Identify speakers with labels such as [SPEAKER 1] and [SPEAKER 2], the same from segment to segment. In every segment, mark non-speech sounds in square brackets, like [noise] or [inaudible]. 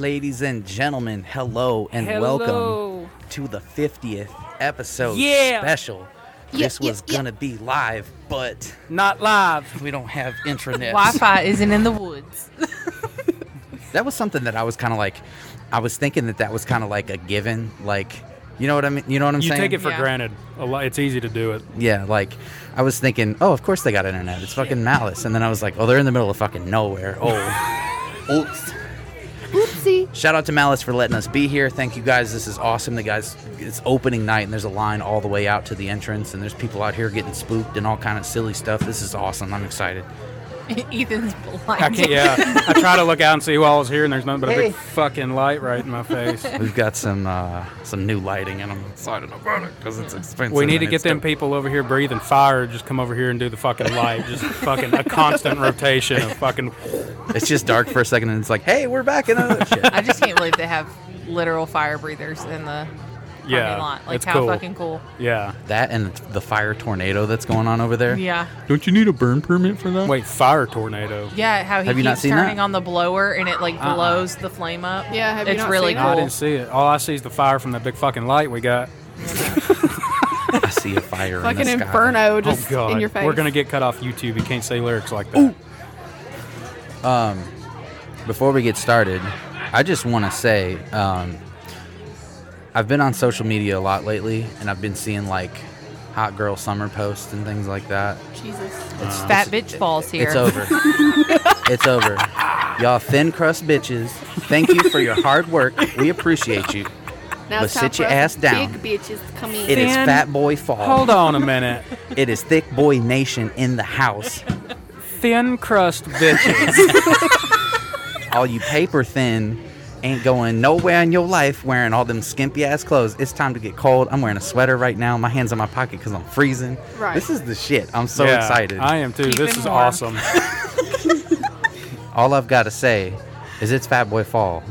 [SPEAKER 1] Ladies and gentlemen, hello and
[SPEAKER 2] Hello.
[SPEAKER 1] welcome to the 50th episode
[SPEAKER 2] Yeah.
[SPEAKER 1] special.
[SPEAKER 3] Yeah,
[SPEAKER 1] this
[SPEAKER 3] yeah,
[SPEAKER 1] was
[SPEAKER 3] yeah.
[SPEAKER 1] going to be live, but
[SPEAKER 2] Not live.
[SPEAKER 1] we don't have internet.
[SPEAKER 3] [laughs] Wi-Fi isn't in the woods. [laughs]
[SPEAKER 1] That was something that I was kind of like, I was thinking that that was kind of like a given. Like, you know what I mean? You know what I'm
[SPEAKER 4] you
[SPEAKER 1] saying?
[SPEAKER 4] take it for
[SPEAKER 3] Yeah.
[SPEAKER 4] granted. A lot, it's easy to do it.
[SPEAKER 1] Yeah, like I was thinking, oh, of course they got internet. It's fucking malice. And then I was like, oh, they're in the middle of fucking nowhere. Oh,
[SPEAKER 4] [laughs]
[SPEAKER 1] oops.
[SPEAKER 3] Oopsie.
[SPEAKER 1] Shout out to Malice for letting us be here. Thank you guys. This is awesome. The guys, it's opening night and there's a line all the way out to the entrance, and there's people out here getting spooked and all kind of silly stuff. This is awesome. I'm excited.
[SPEAKER 3] Ethan's
[SPEAKER 4] I
[SPEAKER 3] blind.
[SPEAKER 4] can't, yeah, I try to look out and see who all is here, and there's nothing but a big fucking light right in
[SPEAKER 2] [laughs]
[SPEAKER 4] my face.
[SPEAKER 1] We've got some uh, some new lighting, and I'm excited about it because it's expensive.
[SPEAKER 4] We need
[SPEAKER 1] and
[SPEAKER 4] to get
[SPEAKER 1] it's
[SPEAKER 4] them
[SPEAKER 1] dope.
[SPEAKER 4] people over here breathing fire. Just come over here and do the fucking light.
[SPEAKER 2] [laughs]
[SPEAKER 4] Just fucking a constant rotation of fucking.
[SPEAKER 1] It's just dark for a second, and it's like, hey, we're back in
[SPEAKER 4] [laughs]
[SPEAKER 1] another shit.
[SPEAKER 3] I just can't believe they have literal fire breathers in the
[SPEAKER 4] Yeah,
[SPEAKER 3] parking lot. Like
[SPEAKER 4] it's
[SPEAKER 3] how
[SPEAKER 4] cool.
[SPEAKER 3] fucking cool.
[SPEAKER 4] Yeah.
[SPEAKER 1] That and the fire tornado that's going on over there.
[SPEAKER 3] Yeah.
[SPEAKER 4] Don't you need a burn permit for that? Wait, fire tornado.
[SPEAKER 3] Yeah, how he
[SPEAKER 1] Have you
[SPEAKER 3] keeps
[SPEAKER 1] not seen that?
[SPEAKER 3] turning on the blower and it like
[SPEAKER 4] Uh-uh.
[SPEAKER 3] blows the flame up.
[SPEAKER 2] Yeah, have you
[SPEAKER 3] it's
[SPEAKER 2] not
[SPEAKER 3] really
[SPEAKER 2] seen
[SPEAKER 4] No, I
[SPEAKER 3] cool.
[SPEAKER 4] didn't see it. All I see is the fire from that big fucking light we got.
[SPEAKER 1] I see a fire
[SPEAKER 2] Like
[SPEAKER 1] in
[SPEAKER 2] an
[SPEAKER 1] the sky.
[SPEAKER 2] inferno just
[SPEAKER 4] oh god,
[SPEAKER 2] in your face.
[SPEAKER 4] we're gonna get cut off YouTube. You can't say lyrics like that.
[SPEAKER 1] Before we get started, I just want to say um, I've been on social media a lot lately, and I've been seeing like hot girl summer posts and things like that.
[SPEAKER 2] Jesus.
[SPEAKER 1] It's,
[SPEAKER 3] Fat bitch falls here.
[SPEAKER 1] it's over. it's over. Y'all thin crust bitches. Thank you for your hard work. We appreciate you.
[SPEAKER 2] Now it's
[SPEAKER 1] But
[SPEAKER 2] time
[SPEAKER 1] sit
[SPEAKER 2] for
[SPEAKER 1] your
[SPEAKER 2] us
[SPEAKER 1] ass down.
[SPEAKER 2] Big bitches come in.
[SPEAKER 1] It is
[SPEAKER 4] Thin-
[SPEAKER 1] fat boy fall.
[SPEAKER 4] Hold on
[SPEAKER 2] [laughs]
[SPEAKER 4] a minute.
[SPEAKER 1] It is thick boy nation in the house.
[SPEAKER 4] Thin crust bitches.
[SPEAKER 1] All you paper thin ain't going nowhere in your life wearing all them skimpy ass clothes. It's time to get cold. I'm wearing a sweater right now. My hands in my pocket because I'm freezing.
[SPEAKER 2] Right.
[SPEAKER 1] This is the shit. I'm [laughs] so
[SPEAKER 4] Yeah,
[SPEAKER 1] excited.
[SPEAKER 4] I am too.
[SPEAKER 3] Keep
[SPEAKER 4] this
[SPEAKER 3] it
[SPEAKER 4] is
[SPEAKER 3] warm.
[SPEAKER 4] awesome.
[SPEAKER 1] all I've got to say is it's Fat Boy Fall.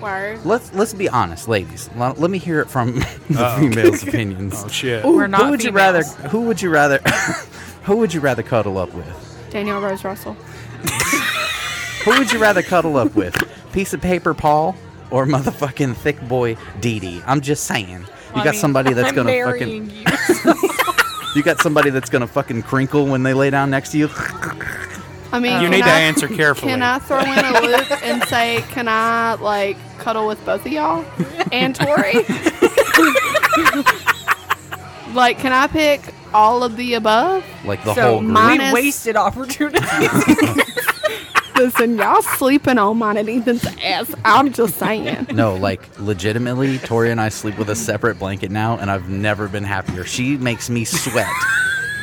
[SPEAKER 2] Word.
[SPEAKER 1] Let's let's be honest, ladies. L- let me hear it from [laughs] the
[SPEAKER 3] [laughs]
[SPEAKER 1] females' opinions.
[SPEAKER 4] Oh shit.
[SPEAKER 3] We're not
[SPEAKER 1] who would you rather?
[SPEAKER 3] females.
[SPEAKER 1] Who would you rather? [laughs] who would you rather cuddle up with?
[SPEAKER 2] Danielle Rose Russell.
[SPEAKER 1] Who would you rather cuddle up with? Piece of paper, Paul, or motherfucking thick boy, Dee Dee? I'm just saying. You
[SPEAKER 3] I
[SPEAKER 1] got
[SPEAKER 3] mean,
[SPEAKER 1] somebody that's
[SPEAKER 3] I'm
[SPEAKER 1] gonna fucking.
[SPEAKER 3] marrying
[SPEAKER 1] [laughs]
[SPEAKER 3] you.
[SPEAKER 1] You got somebody that's gonna fucking crinkle when they lay down next to you. [laughs]
[SPEAKER 2] I mean,
[SPEAKER 4] [laughs] You
[SPEAKER 2] can
[SPEAKER 4] need to
[SPEAKER 2] I-
[SPEAKER 4] answer
[SPEAKER 2] [laughs]
[SPEAKER 4] carefully.
[SPEAKER 2] Can I throw in
[SPEAKER 1] [laughs]
[SPEAKER 2] a loop and say, can I like cuddle with both of y'all and Tori? [laughs] like, can I pick all of the above?
[SPEAKER 1] Like the
[SPEAKER 5] so
[SPEAKER 1] whole group.
[SPEAKER 2] my-
[SPEAKER 5] we
[SPEAKER 2] Minus-
[SPEAKER 5] wasted
[SPEAKER 2] [laughs]
[SPEAKER 5] opportunity.
[SPEAKER 2] Listen, y'all sleeping on mine and Ethan's ass. I'm just saying.
[SPEAKER 1] no, like legitimately, Tori and I sleep with a separate blanket now, and I've never been happier. She makes me sweat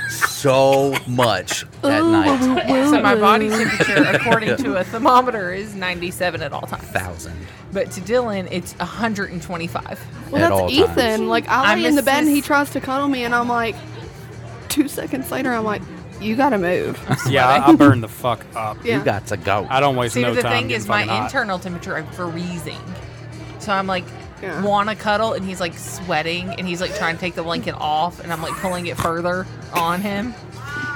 [SPEAKER 1] so much at night.
[SPEAKER 3] so my body temperature, according to a thermometer, is 97 at all times.
[SPEAKER 1] Thousand.
[SPEAKER 5] but to Dylan, it's 125.
[SPEAKER 2] Well,
[SPEAKER 1] at
[SPEAKER 2] that's
[SPEAKER 1] all
[SPEAKER 2] Ethan.
[SPEAKER 1] times.
[SPEAKER 2] Like I
[SPEAKER 5] I'm
[SPEAKER 2] lay in the bed and he
[SPEAKER 5] Mrs.
[SPEAKER 2] tries to cuddle me, and I'm like, two seconds later, I'm like, you
[SPEAKER 1] [laughs]
[SPEAKER 2] gotta move.
[SPEAKER 4] yeah, I, I burn the fuck up.
[SPEAKER 2] Yeah.
[SPEAKER 1] You got to go.
[SPEAKER 4] I don't waste
[SPEAKER 5] See,
[SPEAKER 4] no
[SPEAKER 5] but the
[SPEAKER 4] time.
[SPEAKER 5] thing
[SPEAKER 4] getting
[SPEAKER 5] is, my
[SPEAKER 4] fucking hot.
[SPEAKER 5] internal temperature, I'm freezing. So I'm like,
[SPEAKER 2] Yeah.
[SPEAKER 5] want to cuddle, and he's like sweating, and he's like trying to take the blanket off, and I'm like pulling it further on him.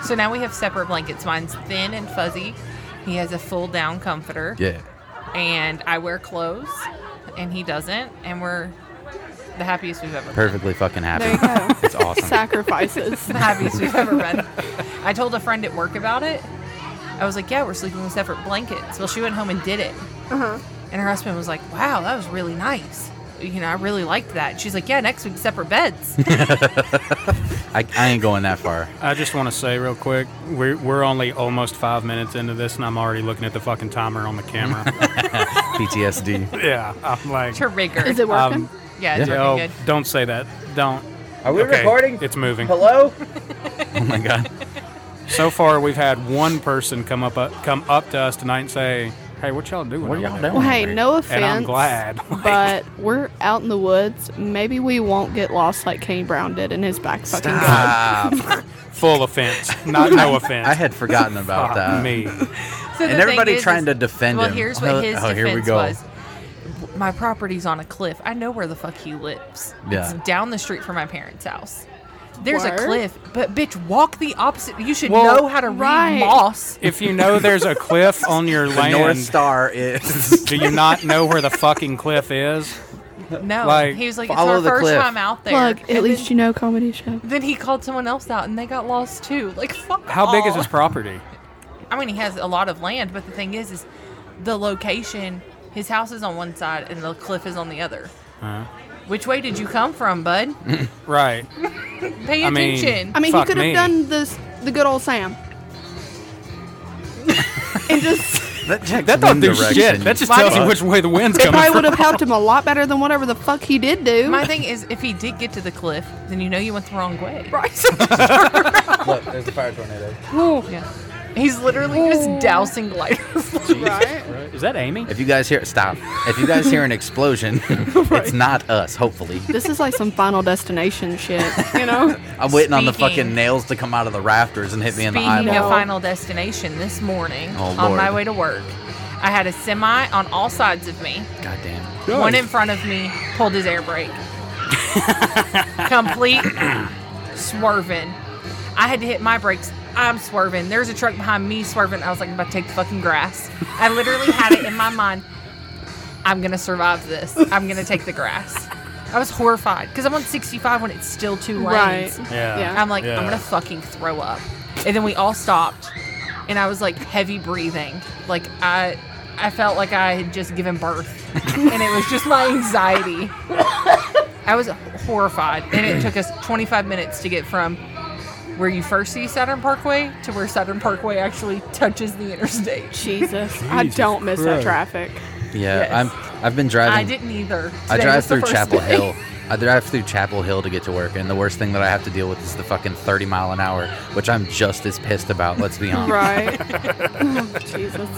[SPEAKER 5] So now we have separate blankets. Mine's thin and fuzzy. He has a full down comforter.
[SPEAKER 1] Yeah.
[SPEAKER 5] And I wear clothes, and he doesn't, and we're the happiest we've ever been.
[SPEAKER 1] Perfectly fucking happy.
[SPEAKER 2] There you go.
[SPEAKER 1] It's awesome.
[SPEAKER 2] Sacrifices.
[SPEAKER 5] the happiest we've ever been. I told a friend at work about it. I was like, "Yeah, we're sleeping with separate blankets." Well, she went home and did it,
[SPEAKER 2] Uh-huh.
[SPEAKER 5] and her husband was like, "Wow, that was really nice. You know, I really liked that." She's like, "Yeah, next week
[SPEAKER 1] [laughs]
[SPEAKER 5] separate beds."
[SPEAKER 1] I, I ain't going that far.
[SPEAKER 4] I just want to say real quick, we're, we're only almost five minutes into this, and I'm already looking at the fucking timer on the camera.
[SPEAKER 1] PTSD.
[SPEAKER 4] [laughs] yeah, I'm like,
[SPEAKER 5] Trigger.
[SPEAKER 2] Is it working?
[SPEAKER 4] um,
[SPEAKER 5] yeah, it's
[SPEAKER 4] yeah, oh,
[SPEAKER 5] working good.
[SPEAKER 4] don't say that. Don't.
[SPEAKER 1] Are
[SPEAKER 4] Okay, It's moving.
[SPEAKER 1] Hello? oh my god.
[SPEAKER 4] So far, we've had one person come up uh, come up to us tonight and say, "Hey, what y'all doing?
[SPEAKER 1] What
[SPEAKER 4] over
[SPEAKER 1] y'all
[SPEAKER 4] there?"
[SPEAKER 2] well,
[SPEAKER 1] doing?
[SPEAKER 2] hey, no offense.
[SPEAKER 4] And I'm glad. [laughs]
[SPEAKER 2] But we're out in the woods. Maybe we won't get lost like Kenny Brown did in his back fucking god.
[SPEAKER 1] Stop.
[SPEAKER 4] Full offense, not no offense.
[SPEAKER 1] Ah, [laughs] I had forgotten about
[SPEAKER 4] Fuck
[SPEAKER 1] that.
[SPEAKER 4] me.
[SPEAKER 5] So the
[SPEAKER 1] And everybody
[SPEAKER 5] thing is-
[SPEAKER 1] trying to defend
[SPEAKER 5] well,
[SPEAKER 1] him.
[SPEAKER 5] here's what his
[SPEAKER 1] Oh,
[SPEAKER 5] defense
[SPEAKER 1] here we go.
[SPEAKER 5] was. My property's on a cliff. I know where the fuck he lives.
[SPEAKER 1] Yeah.
[SPEAKER 5] It's down the street from my parents' house. There's
[SPEAKER 2] Word.
[SPEAKER 5] a cliff, but bitch, walk the opposite. You should
[SPEAKER 4] Well,
[SPEAKER 5] know how to
[SPEAKER 2] right.
[SPEAKER 5] read moss.
[SPEAKER 4] If you know there's a cliff on your
[SPEAKER 1] The North
[SPEAKER 4] land,
[SPEAKER 1] Star is. [laughs]
[SPEAKER 4] do you not know where the fucking cliff is?
[SPEAKER 5] No,
[SPEAKER 4] Like,
[SPEAKER 5] he was like, it's
[SPEAKER 1] follow
[SPEAKER 5] our
[SPEAKER 1] the
[SPEAKER 5] first
[SPEAKER 1] cliff.
[SPEAKER 5] time out there.
[SPEAKER 2] Plug.
[SPEAKER 5] And
[SPEAKER 2] At least
[SPEAKER 5] then,
[SPEAKER 2] you know comedy show.
[SPEAKER 5] Then he called someone else out, and they got lost too. Like, fuck.
[SPEAKER 4] How big is
[SPEAKER 5] all.
[SPEAKER 4] his property?
[SPEAKER 5] I mean, he has a lot of land, but the thing is, is the location. His house is on one side, and the cliff is on the other.
[SPEAKER 4] Uh,
[SPEAKER 5] Which way did you come from,
[SPEAKER 4] [laughs]
[SPEAKER 5] bud?
[SPEAKER 4] right.
[SPEAKER 5] Pay
[SPEAKER 4] I mean-
[SPEAKER 5] attention.
[SPEAKER 2] I mean,
[SPEAKER 4] Fuck
[SPEAKER 2] he could
[SPEAKER 4] me.
[SPEAKER 2] have done this the good
[SPEAKER 1] [laughs]
[SPEAKER 2] old Sam. and just
[SPEAKER 1] that checks
[SPEAKER 4] That don't
[SPEAKER 1] one
[SPEAKER 4] do
[SPEAKER 1] direction.
[SPEAKER 4] shit. That just
[SPEAKER 5] Why
[SPEAKER 4] tells
[SPEAKER 5] do
[SPEAKER 4] you
[SPEAKER 5] you-
[SPEAKER 4] which way the wind's
[SPEAKER 2] it
[SPEAKER 4] coming
[SPEAKER 2] probably
[SPEAKER 4] from.
[SPEAKER 2] would have helped him a lot better than whatever the fuck he did do.
[SPEAKER 5] My thing is, if he did get to the cliff, then you know you went the wrong way.
[SPEAKER 2] Right.
[SPEAKER 1] Look, there's a fire tornado.
[SPEAKER 5] Yeah. He's literally just dousing lighters.
[SPEAKER 2] right.
[SPEAKER 4] Is that Amy?
[SPEAKER 1] If you guys hear stop, if you guys hear an
[SPEAKER 4] [laughs]
[SPEAKER 1] explosion, it's not us. Hopefully,
[SPEAKER 2] This is like some Final Destination shit,
[SPEAKER 5] [laughs]
[SPEAKER 2] you know?
[SPEAKER 1] I'm waiting on the
[SPEAKER 5] Speaking-
[SPEAKER 1] fucking nails to come out of the rafters and hit me in the
[SPEAKER 5] Speaking of
[SPEAKER 1] eyeball.
[SPEAKER 5] Final Destination, this morning
[SPEAKER 1] Oh,
[SPEAKER 5] on my
[SPEAKER 1] Lord.
[SPEAKER 5] way to work, I had a semi on all sides of me.
[SPEAKER 1] God damn.
[SPEAKER 4] Good.
[SPEAKER 5] One in front of me pulled his
[SPEAKER 1] [laughs]
[SPEAKER 5] air brake. Complete swerving. I had to hit my brakes. I'm swerving. There's a truck behind me swerving. I was like, I'm about to take the fucking grass. I literally had it in my mind. I'm gonna survive this. I'm gonna take the grass. I was horrified because I'm on 65 when it's still two lanes.
[SPEAKER 2] Right.
[SPEAKER 4] Yeah.
[SPEAKER 5] I'm like,
[SPEAKER 4] Yeah.
[SPEAKER 5] I'm gonna fucking throw up. And then we all stopped, and I was like heavy breathing, like I, I felt like I had just given birth, and it was just my anxiety. I was horrified, and it took us 25 minutes to get from where you first see Saturn Parkway to where Saturn Parkway actually touches the interstate.
[SPEAKER 2] Jesus. I don't miss that
[SPEAKER 4] Christ.
[SPEAKER 2] traffic.
[SPEAKER 1] Yeah,
[SPEAKER 5] Yes.
[SPEAKER 1] I'm. I've been
[SPEAKER 5] I
[SPEAKER 1] driving.
[SPEAKER 5] didn't either.
[SPEAKER 1] I
[SPEAKER 5] Today
[SPEAKER 1] drive
[SPEAKER 5] was the
[SPEAKER 1] through
[SPEAKER 5] first
[SPEAKER 1] Chapel
[SPEAKER 5] day.
[SPEAKER 1] Hill. I drive through Chapel Hill to get to work, and the worst thing that I have to deal with is the fucking 30 mile an hour, which I'm just as pissed about. Let's
[SPEAKER 5] [laughs]
[SPEAKER 1] be honest.
[SPEAKER 4] [laughs]
[SPEAKER 2] Right. Oh, Jesus.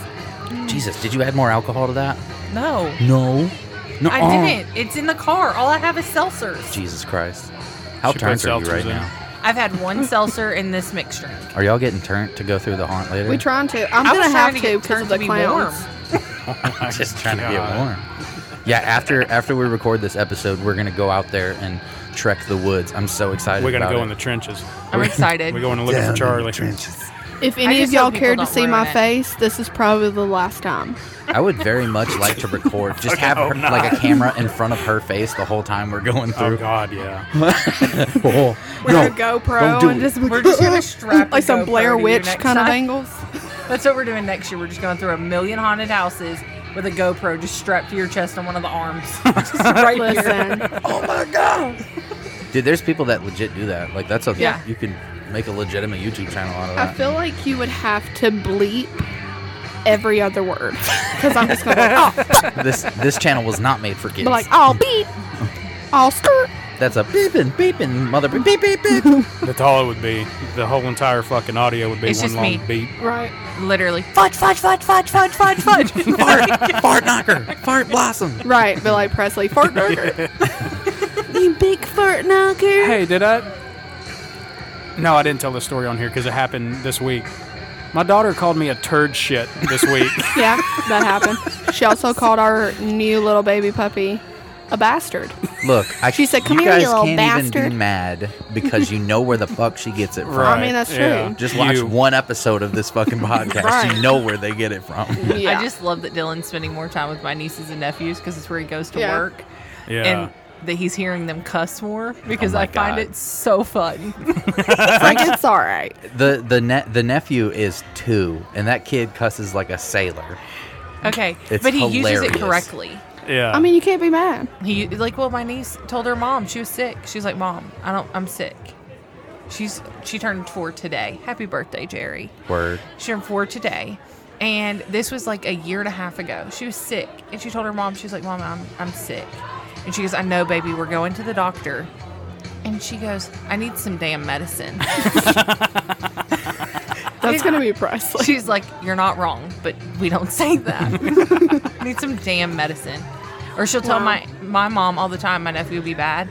[SPEAKER 1] Jesus, did you add more alcohol to that?
[SPEAKER 5] [laughs] No,
[SPEAKER 1] No. No.
[SPEAKER 5] I didn't. It's in the car. All I have is seltzers.
[SPEAKER 1] Jesus Christ. How
[SPEAKER 4] She put
[SPEAKER 1] turns are you
[SPEAKER 4] seltzers
[SPEAKER 1] right
[SPEAKER 4] in.
[SPEAKER 1] now?
[SPEAKER 5] I've
[SPEAKER 1] [laughs]
[SPEAKER 5] had one seltzer in this mixed drink.
[SPEAKER 1] Are y'all getting turned to go through the haunt later? [laughs]
[SPEAKER 2] We trying to. I'm
[SPEAKER 5] I was
[SPEAKER 2] gonna
[SPEAKER 5] trying
[SPEAKER 2] have
[SPEAKER 5] to
[SPEAKER 2] to
[SPEAKER 5] get
[SPEAKER 2] because of
[SPEAKER 5] turned
[SPEAKER 2] the
[SPEAKER 5] to be
[SPEAKER 2] clowns.
[SPEAKER 5] warm.
[SPEAKER 1] I'm just trying to get
[SPEAKER 4] God.
[SPEAKER 1] warm. Yeah, after after we record this episode, we're gonna go out there and trek the woods. I'm so excited.
[SPEAKER 4] We're gonna
[SPEAKER 1] about
[SPEAKER 4] go
[SPEAKER 1] it.
[SPEAKER 4] in the trenches.
[SPEAKER 5] I'm excited.
[SPEAKER 4] We're going to look for Charlie.
[SPEAKER 2] If
[SPEAKER 5] I
[SPEAKER 2] any
[SPEAKER 5] just
[SPEAKER 2] of y'all
[SPEAKER 5] hope people
[SPEAKER 2] cared to
[SPEAKER 5] don't
[SPEAKER 2] see my
[SPEAKER 5] ruin it.
[SPEAKER 2] face, this is probably the last time.
[SPEAKER 1] I would very much like to
[SPEAKER 4] [laughs]
[SPEAKER 1] record. Just have her, like a camera in front of her face the whole time we're going
[SPEAKER 4] Oh
[SPEAKER 1] through.
[SPEAKER 4] God, yeah.
[SPEAKER 1] Oh,
[SPEAKER 2] With
[SPEAKER 1] no.
[SPEAKER 2] a GoPro
[SPEAKER 1] don't do
[SPEAKER 2] and
[SPEAKER 1] it.
[SPEAKER 2] just
[SPEAKER 5] We're just [laughs] gonna strap
[SPEAKER 2] like
[SPEAKER 5] a
[SPEAKER 2] some
[SPEAKER 5] GoPro
[SPEAKER 2] Blair
[SPEAKER 5] to you
[SPEAKER 2] Witch
[SPEAKER 5] next
[SPEAKER 2] kind of
[SPEAKER 5] time.
[SPEAKER 2] angles.
[SPEAKER 5] That's what we're doing next year. We're just going through a million haunted houses with a GoPro just strapped to your chest on one of the arms. [laughs] Just right [laughs] here.
[SPEAKER 2] Listen,
[SPEAKER 1] Dude, there's people that legit do that. Like that's a
[SPEAKER 5] Yeah.
[SPEAKER 1] you can make a legitimate YouTube channel out of
[SPEAKER 2] I
[SPEAKER 1] that.
[SPEAKER 2] feel like you would have to bleep every other word [laughs] because I'm just gonna be like, oh,
[SPEAKER 1] this this channel was not made for kids.
[SPEAKER 2] be like, oh, beep, all skirt.
[SPEAKER 1] that's a beeping beeping mother beep beep beep. beep.
[SPEAKER 4] That's all it would be. The whole entire fucking audio would be
[SPEAKER 5] It's
[SPEAKER 4] one
[SPEAKER 5] just
[SPEAKER 4] long
[SPEAKER 5] me.
[SPEAKER 4] beat.
[SPEAKER 2] Right.
[SPEAKER 5] Literally.
[SPEAKER 3] Fudge, fudge, fudge, fudge, fudge, fudge, fudge.
[SPEAKER 1] fart, fart knocker, fart blossom.
[SPEAKER 2] Right, be like Presley, fart
[SPEAKER 4] [laughs]
[SPEAKER 2] knocker. you big fart knocker.
[SPEAKER 4] Hey, did I? No, I didn't tell the story on here because it happened this week. My daughter called me a turd shit this week. [laughs]
[SPEAKER 2] Yeah, that happened. She also called our new little baby puppy a bastard.
[SPEAKER 1] Look, I,
[SPEAKER 2] She said, "Come
[SPEAKER 1] you
[SPEAKER 2] here, you
[SPEAKER 1] guys
[SPEAKER 2] little
[SPEAKER 1] can't even
[SPEAKER 2] bastard."
[SPEAKER 1] be mad because you know where the fuck she gets it from.
[SPEAKER 4] right.
[SPEAKER 2] mean, that's
[SPEAKER 4] yeah.
[SPEAKER 2] true.
[SPEAKER 1] Just watch
[SPEAKER 4] You-
[SPEAKER 1] one episode of this [laughs] fucking podcast.
[SPEAKER 2] Right.
[SPEAKER 1] You know where they get it from.
[SPEAKER 2] Yeah.
[SPEAKER 1] [laughs]
[SPEAKER 5] I just love that Dylan's spending more time with my nieces and nephews because it's where he goes to
[SPEAKER 2] Yeah.
[SPEAKER 5] work
[SPEAKER 4] Yeah.
[SPEAKER 5] and that he's hearing them cuss more because
[SPEAKER 1] my
[SPEAKER 5] I find
[SPEAKER 1] God.
[SPEAKER 5] it so fun. [laughs]
[SPEAKER 2] It's like it's all right.
[SPEAKER 1] The the ne- the nephew is two, and that kid cusses like a sailor.
[SPEAKER 5] Okay.
[SPEAKER 1] It's
[SPEAKER 5] but he uses
[SPEAKER 1] hilarious.
[SPEAKER 5] it correctly.
[SPEAKER 4] yeah.
[SPEAKER 2] I mean, you can't be mad.
[SPEAKER 5] He like, well, my niece told her mom she was sick. She's like, Mom, I don't I'm sick. She's she turned four today. Happy birthday, Jerry.
[SPEAKER 1] Word.
[SPEAKER 5] She turned four today. And this was like a year and a half ago. She was sick. And she told her mom, she was like, Mom, I'm, I'm sick. And she goes, I know, baby, we're going to the doctor. And she goes, I need some damn medicine. [laughs]
[SPEAKER 2] That's gonna be Presley.
[SPEAKER 5] She's like, You're not wrong, but we don't [laughs] say that. [laughs] I need some damn medicine. Or she'll tell
[SPEAKER 2] Wow.
[SPEAKER 5] my, my mom all the time, my nephew will be bad.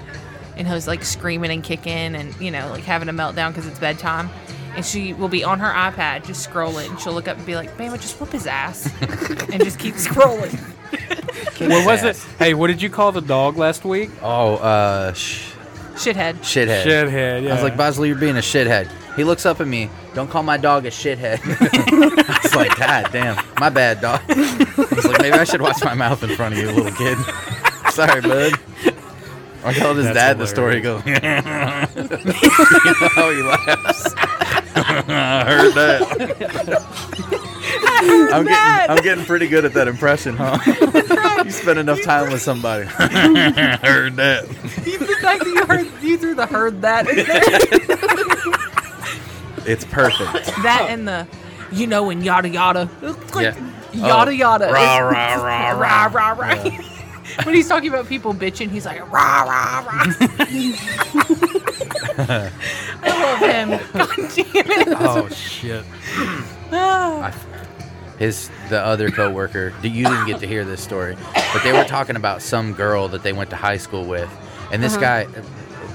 [SPEAKER 5] And he's like screaming and kicking and, you know, like having a meltdown because it's bedtime. And she will be on her iPad just scrolling. And she'll look up and be like, Mama, just whoop his ass. and just [laughs] keep scrolling.
[SPEAKER 4] what was it? Hey, what did you call the dog last week?
[SPEAKER 1] Oh, uh, sh-
[SPEAKER 5] Shithead.
[SPEAKER 1] shithead.
[SPEAKER 4] Shithead,
[SPEAKER 1] I was
[SPEAKER 4] yeah.
[SPEAKER 1] like, Bosley, you're being a shithead. He looks up at me. Don't call my dog a shithead. [laughs] I was like, God damn, my bad, dog. [laughs] I was like, maybe I should watch my mouth in front of you, little kid. [laughs] Sorry, bud. I told his
[SPEAKER 4] That's
[SPEAKER 1] dad the story. Go. you know how [laughs] he laughs. [laughs] I heard that. I'm
[SPEAKER 5] that.
[SPEAKER 1] getting I'm getting pretty good at that impression, huh? you spend enough time with somebody. [laughs] heard that.
[SPEAKER 5] You the fact that you heard you threw the heard that in there.
[SPEAKER 1] It's perfect.
[SPEAKER 5] that and the you know and yada yada. It's like
[SPEAKER 1] Yeah.
[SPEAKER 5] yada
[SPEAKER 1] Oh,
[SPEAKER 5] yada.
[SPEAKER 1] rah,
[SPEAKER 5] [laughs] It's-
[SPEAKER 1] rah, rah,
[SPEAKER 5] rah rah rah. [laughs] when he's talking about people bitching, he's like rah
[SPEAKER 1] [laughs]
[SPEAKER 5] rah rah. [laughs] I love him. God damn it.
[SPEAKER 4] Oh shit.
[SPEAKER 5] Ah.
[SPEAKER 1] I- his the other coworker. d- You didn't get to hear this story, but they were talking about some girl that they went to high school with, and this
[SPEAKER 2] Uh-huh.
[SPEAKER 1] guy,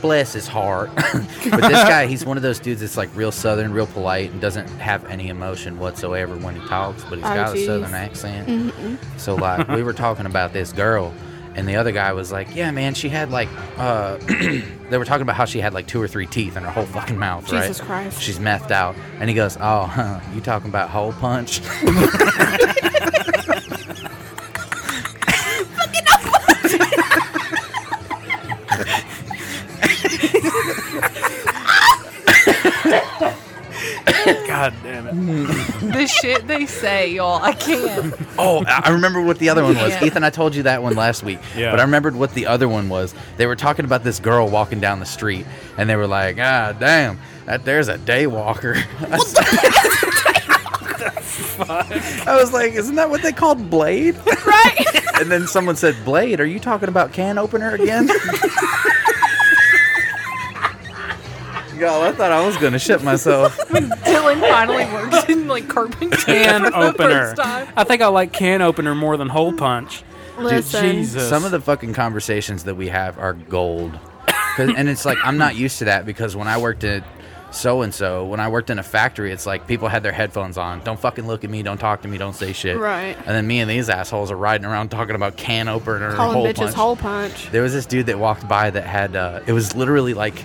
[SPEAKER 1] bless his heart, [laughs] but this guy, he's one of those dudes that's like real southern, real polite, and doesn't have any emotion whatsoever when he talks, but he's
[SPEAKER 2] Oh, Mm-hmm.
[SPEAKER 1] got a
[SPEAKER 2] geez.
[SPEAKER 1] southern accent. So like we were talking about this girl, and the other guy was like, "Yeah, man, she had like," uh, [clears throat] they were talking about how she had like two or three teeth in her whole fucking mouth, right?
[SPEAKER 2] Jesus Christ.
[SPEAKER 1] She's methed out, and he goes, "Oh, [laughs] huh, you talking about hole punch?" [laughs]
[SPEAKER 4] God
[SPEAKER 1] [laughs]
[SPEAKER 4] damn it.
[SPEAKER 5] the shit they say, y'all. I can't.
[SPEAKER 1] Oh, I I remember what the other one was.
[SPEAKER 5] Yeah.
[SPEAKER 1] Ethan, I told you that one last week.
[SPEAKER 4] Yeah.
[SPEAKER 1] But I remembered what the other one was. They were talking about this girl walking down the street, and they were like, ah, damn, that there's a day walker. I [laughs] was I was like, isn't that what they called Blade?
[SPEAKER 5] Right?
[SPEAKER 1] And then someone said, Blade, are you talking about can opener again? Y'all, I thought I was going to shit myself.
[SPEAKER 5] [laughs] Dylan finally works in like carpentry. [laughs]
[SPEAKER 4] Can opener.
[SPEAKER 5] time.
[SPEAKER 4] I think I like can opener more than hole punch.
[SPEAKER 2] Listen,
[SPEAKER 4] Jesus.
[SPEAKER 1] Some of the fucking conversations that we have are gold. 'Cause- And it's like, I'm not used to that because when I worked at so and so, when I worked in a factory, it's like people had their headphones on. Don't fucking look at me. Don't talk to me. Don't say shit.
[SPEAKER 2] Right.
[SPEAKER 1] And then me and these assholes are riding around talking about can opener and
[SPEAKER 2] calling
[SPEAKER 1] hole
[SPEAKER 2] bitches
[SPEAKER 1] punch.
[SPEAKER 2] hole punch.
[SPEAKER 1] There was this dude that walked by that had, uh, it was literally like,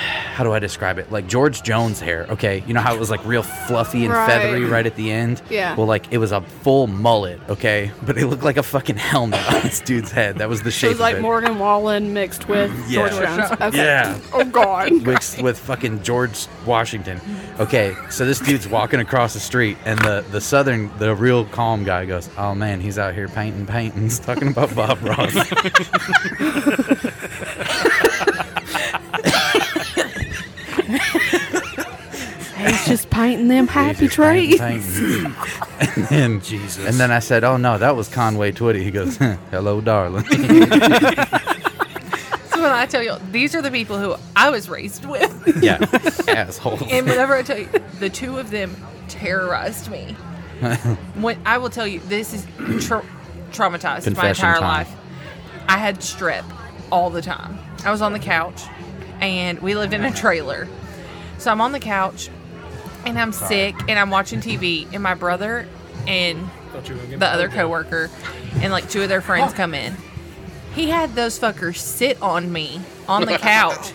[SPEAKER 1] how do I describe it? Like George Jones hair. Okay. You know how it was like real fluffy and
[SPEAKER 2] Right.
[SPEAKER 1] feathery right at the end?
[SPEAKER 2] Yeah.
[SPEAKER 1] Well, like it was a full mullet. Okay. But it looked like a fucking helmet [laughs] on this dude's head. That was the
[SPEAKER 2] It
[SPEAKER 1] shape
[SPEAKER 2] was like
[SPEAKER 1] of it.
[SPEAKER 2] Morgan Wallen mixed with
[SPEAKER 1] Yeah.
[SPEAKER 2] George Jones. Okay.
[SPEAKER 1] Yeah.
[SPEAKER 2] Oh God.
[SPEAKER 1] With, with fucking George Washington. Okay, so this dude's walking across the street, and the, the southern, the real calm guy goes, "Oh man, he's out here painting [laughs] paintings, talking about Bob Ross."
[SPEAKER 2] [laughs] He's just painting them happy
[SPEAKER 1] He's just painting
[SPEAKER 2] trees.
[SPEAKER 1] paintings. and
[SPEAKER 5] [laughs]
[SPEAKER 1] then
[SPEAKER 4] Jesus.
[SPEAKER 1] And then I said, "Oh no, that was Conway Twitty." He goes, "Huh, "Hello, darling."
[SPEAKER 5] [laughs] So when I tell y'all, these are the people who I was raised with. [laughs]
[SPEAKER 1] yeah, asshole.
[SPEAKER 5] And whenever I tell you, the two of them terrorized
[SPEAKER 1] [laughs]
[SPEAKER 5] me. when I will tell you, this is tra- traumatized my
[SPEAKER 1] Confession
[SPEAKER 5] entire
[SPEAKER 1] time.
[SPEAKER 5] life. I had strep all the time. I was on the couch, and we lived in a trailer. So I'm on the couch, and I'm sick, and I'm watching TV, and my brother and the other coworker and like two of their friends come in. He had those fuckers sit on me on the
[SPEAKER 1] [laughs]
[SPEAKER 5] couch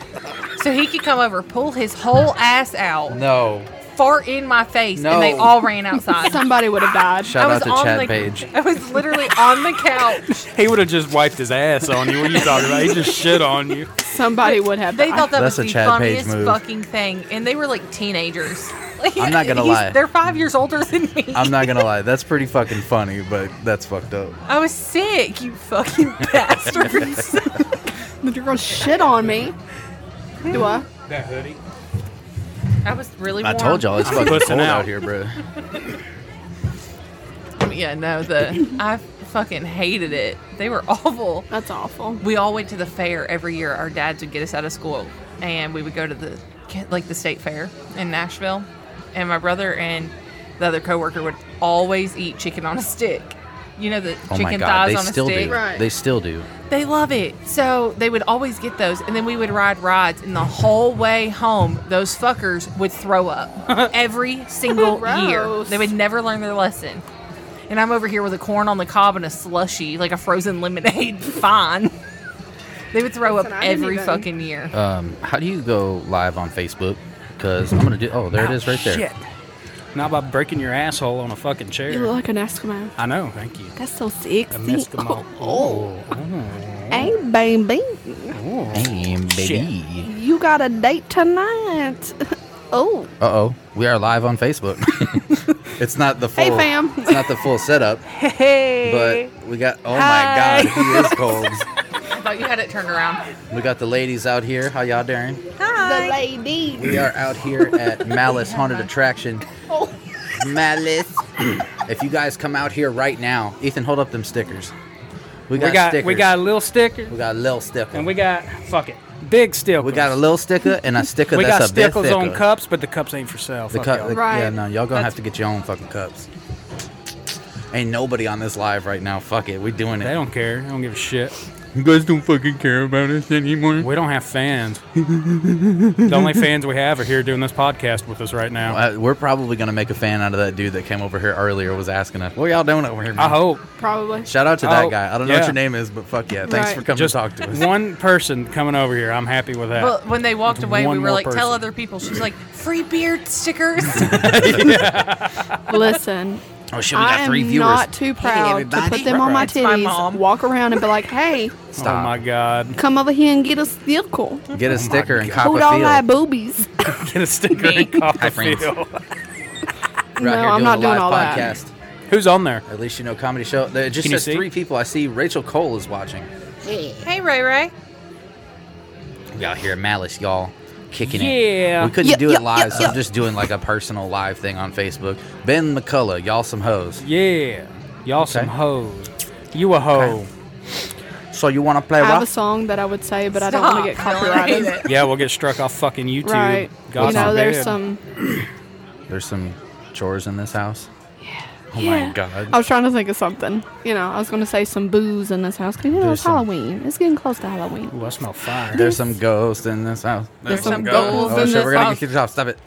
[SPEAKER 5] so he could come over, pull his whole ass out,
[SPEAKER 1] No,
[SPEAKER 5] fart in my face,
[SPEAKER 1] No.
[SPEAKER 5] and they all ran outside.
[SPEAKER 2] Somebody would have died.
[SPEAKER 1] shout out to Chad
[SPEAKER 5] the,
[SPEAKER 1] Page.
[SPEAKER 5] I was literally on the couch.
[SPEAKER 4] He would have just wiped his ass on you. What are you talking about? He just shit on you.
[SPEAKER 2] Somebody would have
[SPEAKER 5] They
[SPEAKER 2] died.
[SPEAKER 5] thought that
[SPEAKER 1] That's a
[SPEAKER 5] was the
[SPEAKER 1] Chad Page
[SPEAKER 5] funniest
[SPEAKER 1] move.
[SPEAKER 5] fucking thing, and they were like teenagers.
[SPEAKER 1] I'm not gonna
[SPEAKER 5] He's-
[SPEAKER 1] lie.
[SPEAKER 5] They're five years older than me.
[SPEAKER 1] I'm not gonna lie, that's pretty fucking funny, but that's fucked up.
[SPEAKER 5] I was sick, you fucking
[SPEAKER 1] [laughs]
[SPEAKER 5] bastards.
[SPEAKER 2] You're gonna shit on me. Do I?
[SPEAKER 4] That hoodie.
[SPEAKER 5] I was really.
[SPEAKER 1] I
[SPEAKER 5] Warm.
[SPEAKER 1] told y'all it's
[SPEAKER 4] I'm
[SPEAKER 1] fucking
[SPEAKER 4] pussing
[SPEAKER 1] cold out. Oh
[SPEAKER 4] out.
[SPEAKER 1] here, bro.
[SPEAKER 5] Yeah, no, the I fucking hated it. They were awful.
[SPEAKER 2] That's awful.
[SPEAKER 5] We all went to the fair every year. Our dads would get us out of school, and we would go to the like the state fair in Nashville. And my brother and the other coworker would always eat chicken on a stick. You know the
[SPEAKER 1] Oh my
[SPEAKER 5] chicken
[SPEAKER 1] god,
[SPEAKER 5] thighs
[SPEAKER 1] they
[SPEAKER 5] on a
[SPEAKER 1] still
[SPEAKER 5] stick.
[SPEAKER 1] do.
[SPEAKER 2] Right.
[SPEAKER 1] They still do.
[SPEAKER 5] They love it. So they would always get those, and then we would ride rides, and the whole way home, those fuckers would throw
[SPEAKER 2] [laughs]
[SPEAKER 5] up every single year.
[SPEAKER 2] Gross.
[SPEAKER 5] They would never learn their lesson. And [laughs] I'm over here with a corn on the cob and a slushy, like a frozen lemonade. Fine. They would throw up
[SPEAKER 3] Listen, I didn't
[SPEAKER 5] every
[SPEAKER 3] even-
[SPEAKER 5] fucking year.
[SPEAKER 1] Um, how do you go live on Facebook? Because I'm gonna do. Oh, there [laughs] it is, right there.
[SPEAKER 4] Not by breaking your asshole on a fucking
[SPEAKER 2] You look
[SPEAKER 4] chair.
[SPEAKER 2] like an Eskimo.
[SPEAKER 4] I know. Thank you.
[SPEAKER 2] That's so
[SPEAKER 4] I
[SPEAKER 2] sexy. Oh,
[SPEAKER 4] missed
[SPEAKER 1] Oh,
[SPEAKER 4] them all.
[SPEAKER 2] Hey, baby,
[SPEAKER 1] Damn, baby.
[SPEAKER 2] you got a date tonight. [laughs] oh,
[SPEAKER 1] Uh oh, we are live on
[SPEAKER 4] [laughs]
[SPEAKER 1] Facebook. it's not the full.
[SPEAKER 2] Hey, fam.
[SPEAKER 1] It's not the full setup,
[SPEAKER 5] Hey.
[SPEAKER 1] but we got. Oh
[SPEAKER 5] Hi.
[SPEAKER 1] my
[SPEAKER 4] [laughs]
[SPEAKER 1] God, he is cold.
[SPEAKER 5] I thought you had it turned around.
[SPEAKER 1] we got the ladies out here. How y'all doing?
[SPEAKER 2] the lady.
[SPEAKER 1] We are out here
[SPEAKER 4] [laughs]
[SPEAKER 1] at Malice Haunted Attraction.
[SPEAKER 4] Oh.
[SPEAKER 1] Malice. if you guys come out here right now, Ethan, hold up them stickers. We got,
[SPEAKER 4] We got
[SPEAKER 1] stickers.
[SPEAKER 4] we got a little sticker
[SPEAKER 1] we got a little sticker.
[SPEAKER 4] and we got fuck it big sticker.
[SPEAKER 1] We got a little sticker and a sticker
[SPEAKER 4] We
[SPEAKER 1] that's
[SPEAKER 4] got
[SPEAKER 1] a bit
[SPEAKER 4] stickles
[SPEAKER 1] thicker.
[SPEAKER 4] on cups, but the cups ain't for sale.
[SPEAKER 1] The
[SPEAKER 4] Fuck
[SPEAKER 1] cup.
[SPEAKER 4] y'all.
[SPEAKER 1] the- Yeah,
[SPEAKER 2] Right.
[SPEAKER 1] no, y'all gonna have to get your own fucking cups. Ain't nobody on this live right now. Fuck it, we doing
[SPEAKER 4] They
[SPEAKER 1] it.
[SPEAKER 4] don't care. They don't give a shit.
[SPEAKER 6] You guys don't fucking care about us anymore.
[SPEAKER 4] We don't have fans. the only fans we have are here doing this podcast with us right now.
[SPEAKER 1] Uh, we're probably gonna make a fan out of that dude that came over here earlier. Was asking us, "What y'all doing over here?"
[SPEAKER 4] I
[SPEAKER 1] Man?
[SPEAKER 4] hope
[SPEAKER 2] Probably.
[SPEAKER 1] Shout out to that
[SPEAKER 4] Oh,
[SPEAKER 1] guy. I don't know what
[SPEAKER 4] yeah.
[SPEAKER 1] your name is, but fuck yeah, thanks
[SPEAKER 2] Right.
[SPEAKER 1] for coming
[SPEAKER 4] just
[SPEAKER 1] to talk
[SPEAKER 4] [laughs]
[SPEAKER 1] to us.
[SPEAKER 4] one person coming over here. I'm happy with that.
[SPEAKER 5] Well, when they walked
[SPEAKER 4] It's
[SPEAKER 5] away,
[SPEAKER 4] one
[SPEAKER 5] we were
[SPEAKER 4] more
[SPEAKER 5] like, "Tell
[SPEAKER 4] person.
[SPEAKER 5] other people." She's like, "Free beard stickers." [laughs]
[SPEAKER 2] Listen,
[SPEAKER 1] Oh shit, we got
[SPEAKER 2] I am
[SPEAKER 1] three viewers.
[SPEAKER 2] not too proud to put them on my
[SPEAKER 5] It's my
[SPEAKER 2] titties,
[SPEAKER 5] mom.
[SPEAKER 2] walk around and be like, hey,
[SPEAKER 1] Stop.
[SPEAKER 4] Oh my god! [laughs]
[SPEAKER 2] come over here and get a stickle.
[SPEAKER 1] Get a sticker and cop
[SPEAKER 2] Hold
[SPEAKER 1] a
[SPEAKER 2] all my
[SPEAKER 1] feel.
[SPEAKER 2] boobies. [laughs]
[SPEAKER 4] Get a sticker and cop
[SPEAKER 1] Hi,
[SPEAKER 4] a
[SPEAKER 1] friends.
[SPEAKER 4] feel.
[SPEAKER 1] We're out
[SPEAKER 2] No,
[SPEAKER 1] here
[SPEAKER 2] I'm
[SPEAKER 1] doing
[SPEAKER 2] not
[SPEAKER 1] a
[SPEAKER 2] doing
[SPEAKER 1] live
[SPEAKER 2] all that.
[SPEAKER 1] podcast.
[SPEAKER 4] Who's on there?
[SPEAKER 1] At least you know comedy show. There- It just
[SPEAKER 4] Can you
[SPEAKER 1] says
[SPEAKER 4] see?
[SPEAKER 1] three people. I see Rachel Cole is watching.
[SPEAKER 5] hey, Ray Ray.
[SPEAKER 1] We out here at Malice, y'all. Kicking
[SPEAKER 4] Yeah.
[SPEAKER 1] it. We couldn't
[SPEAKER 2] Yeah,
[SPEAKER 1] do it
[SPEAKER 2] yeah,
[SPEAKER 1] live,
[SPEAKER 2] yeah,
[SPEAKER 1] so I'm
[SPEAKER 2] yeah.
[SPEAKER 1] just doing like a personal live thing on Facebook. Ben McCullough, y'all some hoes.
[SPEAKER 4] Yeah, y'all some
[SPEAKER 1] Okay.
[SPEAKER 4] hoes. You a hoe?
[SPEAKER 1] So you want to play
[SPEAKER 2] I have a
[SPEAKER 1] rough?
[SPEAKER 2] song that I would say, but I don't want to get
[SPEAKER 5] Stop. I hate
[SPEAKER 2] copyrighted.
[SPEAKER 5] it.
[SPEAKER 4] Yeah, we'll get struck off fucking YouTube.
[SPEAKER 2] Right.
[SPEAKER 4] God
[SPEAKER 2] you know, there's
[SPEAKER 4] forbid.
[SPEAKER 2] some.
[SPEAKER 1] There's some chores in this house.
[SPEAKER 2] Oh
[SPEAKER 1] my
[SPEAKER 2] I
[SPEAKER 1] God.
[SPEAKER 2] was trying to think of something. You know, I was going to say some booze in this house because, you know,
[SPEAKER 1] There's
[SPEAKER 2] it's
[SPEAKER 1] some-
[SPEAKER 2] Halloween. It's getting close to Halloween.
[SPEAKER 4] Ooh, I smell fire.
[SPEAKER 1] There's some ghosts in this house.
[SPEAKER 2] There's some
[SPEAKER 1] Oh,
[SPEAKER 2] goals in
[SPEAKER 1] shit,
[SPEAKER 2] this
[SPEAKER 1] we're gonna
[SPEAKER 2] house.
[SPEAKER 1] get kicked off. Stop it.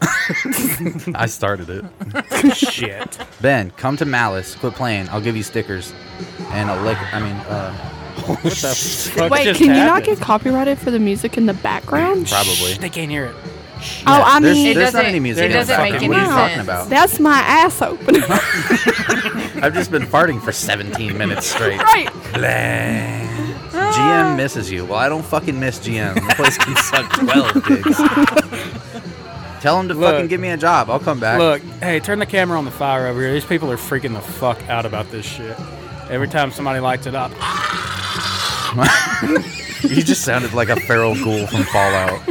[SPEAKER 1] I started it.
[SPEAKER 4] shit.
[SPEAKER 1] Ben, come to Malice. Quit playing. I'll give you stickers and a lick. I mean, uh,
[SPEAKER 4] Fuck
[SPEAKER 2] Wait,
[SPEAKER 4] just
[SPEAKER 2] can you not
[SPEAKER 4] happened?
[SPEAKER 2] get copyrighted for the music in the background?
[SPEAKER 1] probably.
[SPEAKER 4] They can't hear it.
[SPEAKER 2] Oh, I
[SPEAKER 1] there's,
[SPEAKER 2] mean- It
[SPEAKER 1] there's not
[SPEAKER 5] doesn't-
[SPEAKER 1] any music.
[SPEAKER 4] it
[SPEAKER 1] in the
[SPEAKER 4] doesn't
[SPEAKER 1] fucking-
[SPEAKER 4] make any
[SPEAKER 1] What are you talking
[SPEAKER 5] sense.
[SPEAKER 1] about?
[SPEAKER 2] That's my ass open.
[SPEAKER 1] I've just been farting for 17 minutes straight.
[SPEAKER 2] right.
[SPEAKER 5] Ah.
[SPEAKER 1] GM misses you. Well, I don't fucking miss GM. The place can suck 12 dicks. Tell him to
[SPEAKER 4] Look.
[SPEAKER 1] fucking give me a job. I'll come back.
[SPEAKER 4] Look, hey, turn the camera on the fire over here. These people are freaking the fuck out about this shit. Every time somebody lights it up,
[SPEAKER 1] You just sounded like a feral ghoul from
[SPEAKER 5] [laughs]
[SPEAKER 1] Fallout.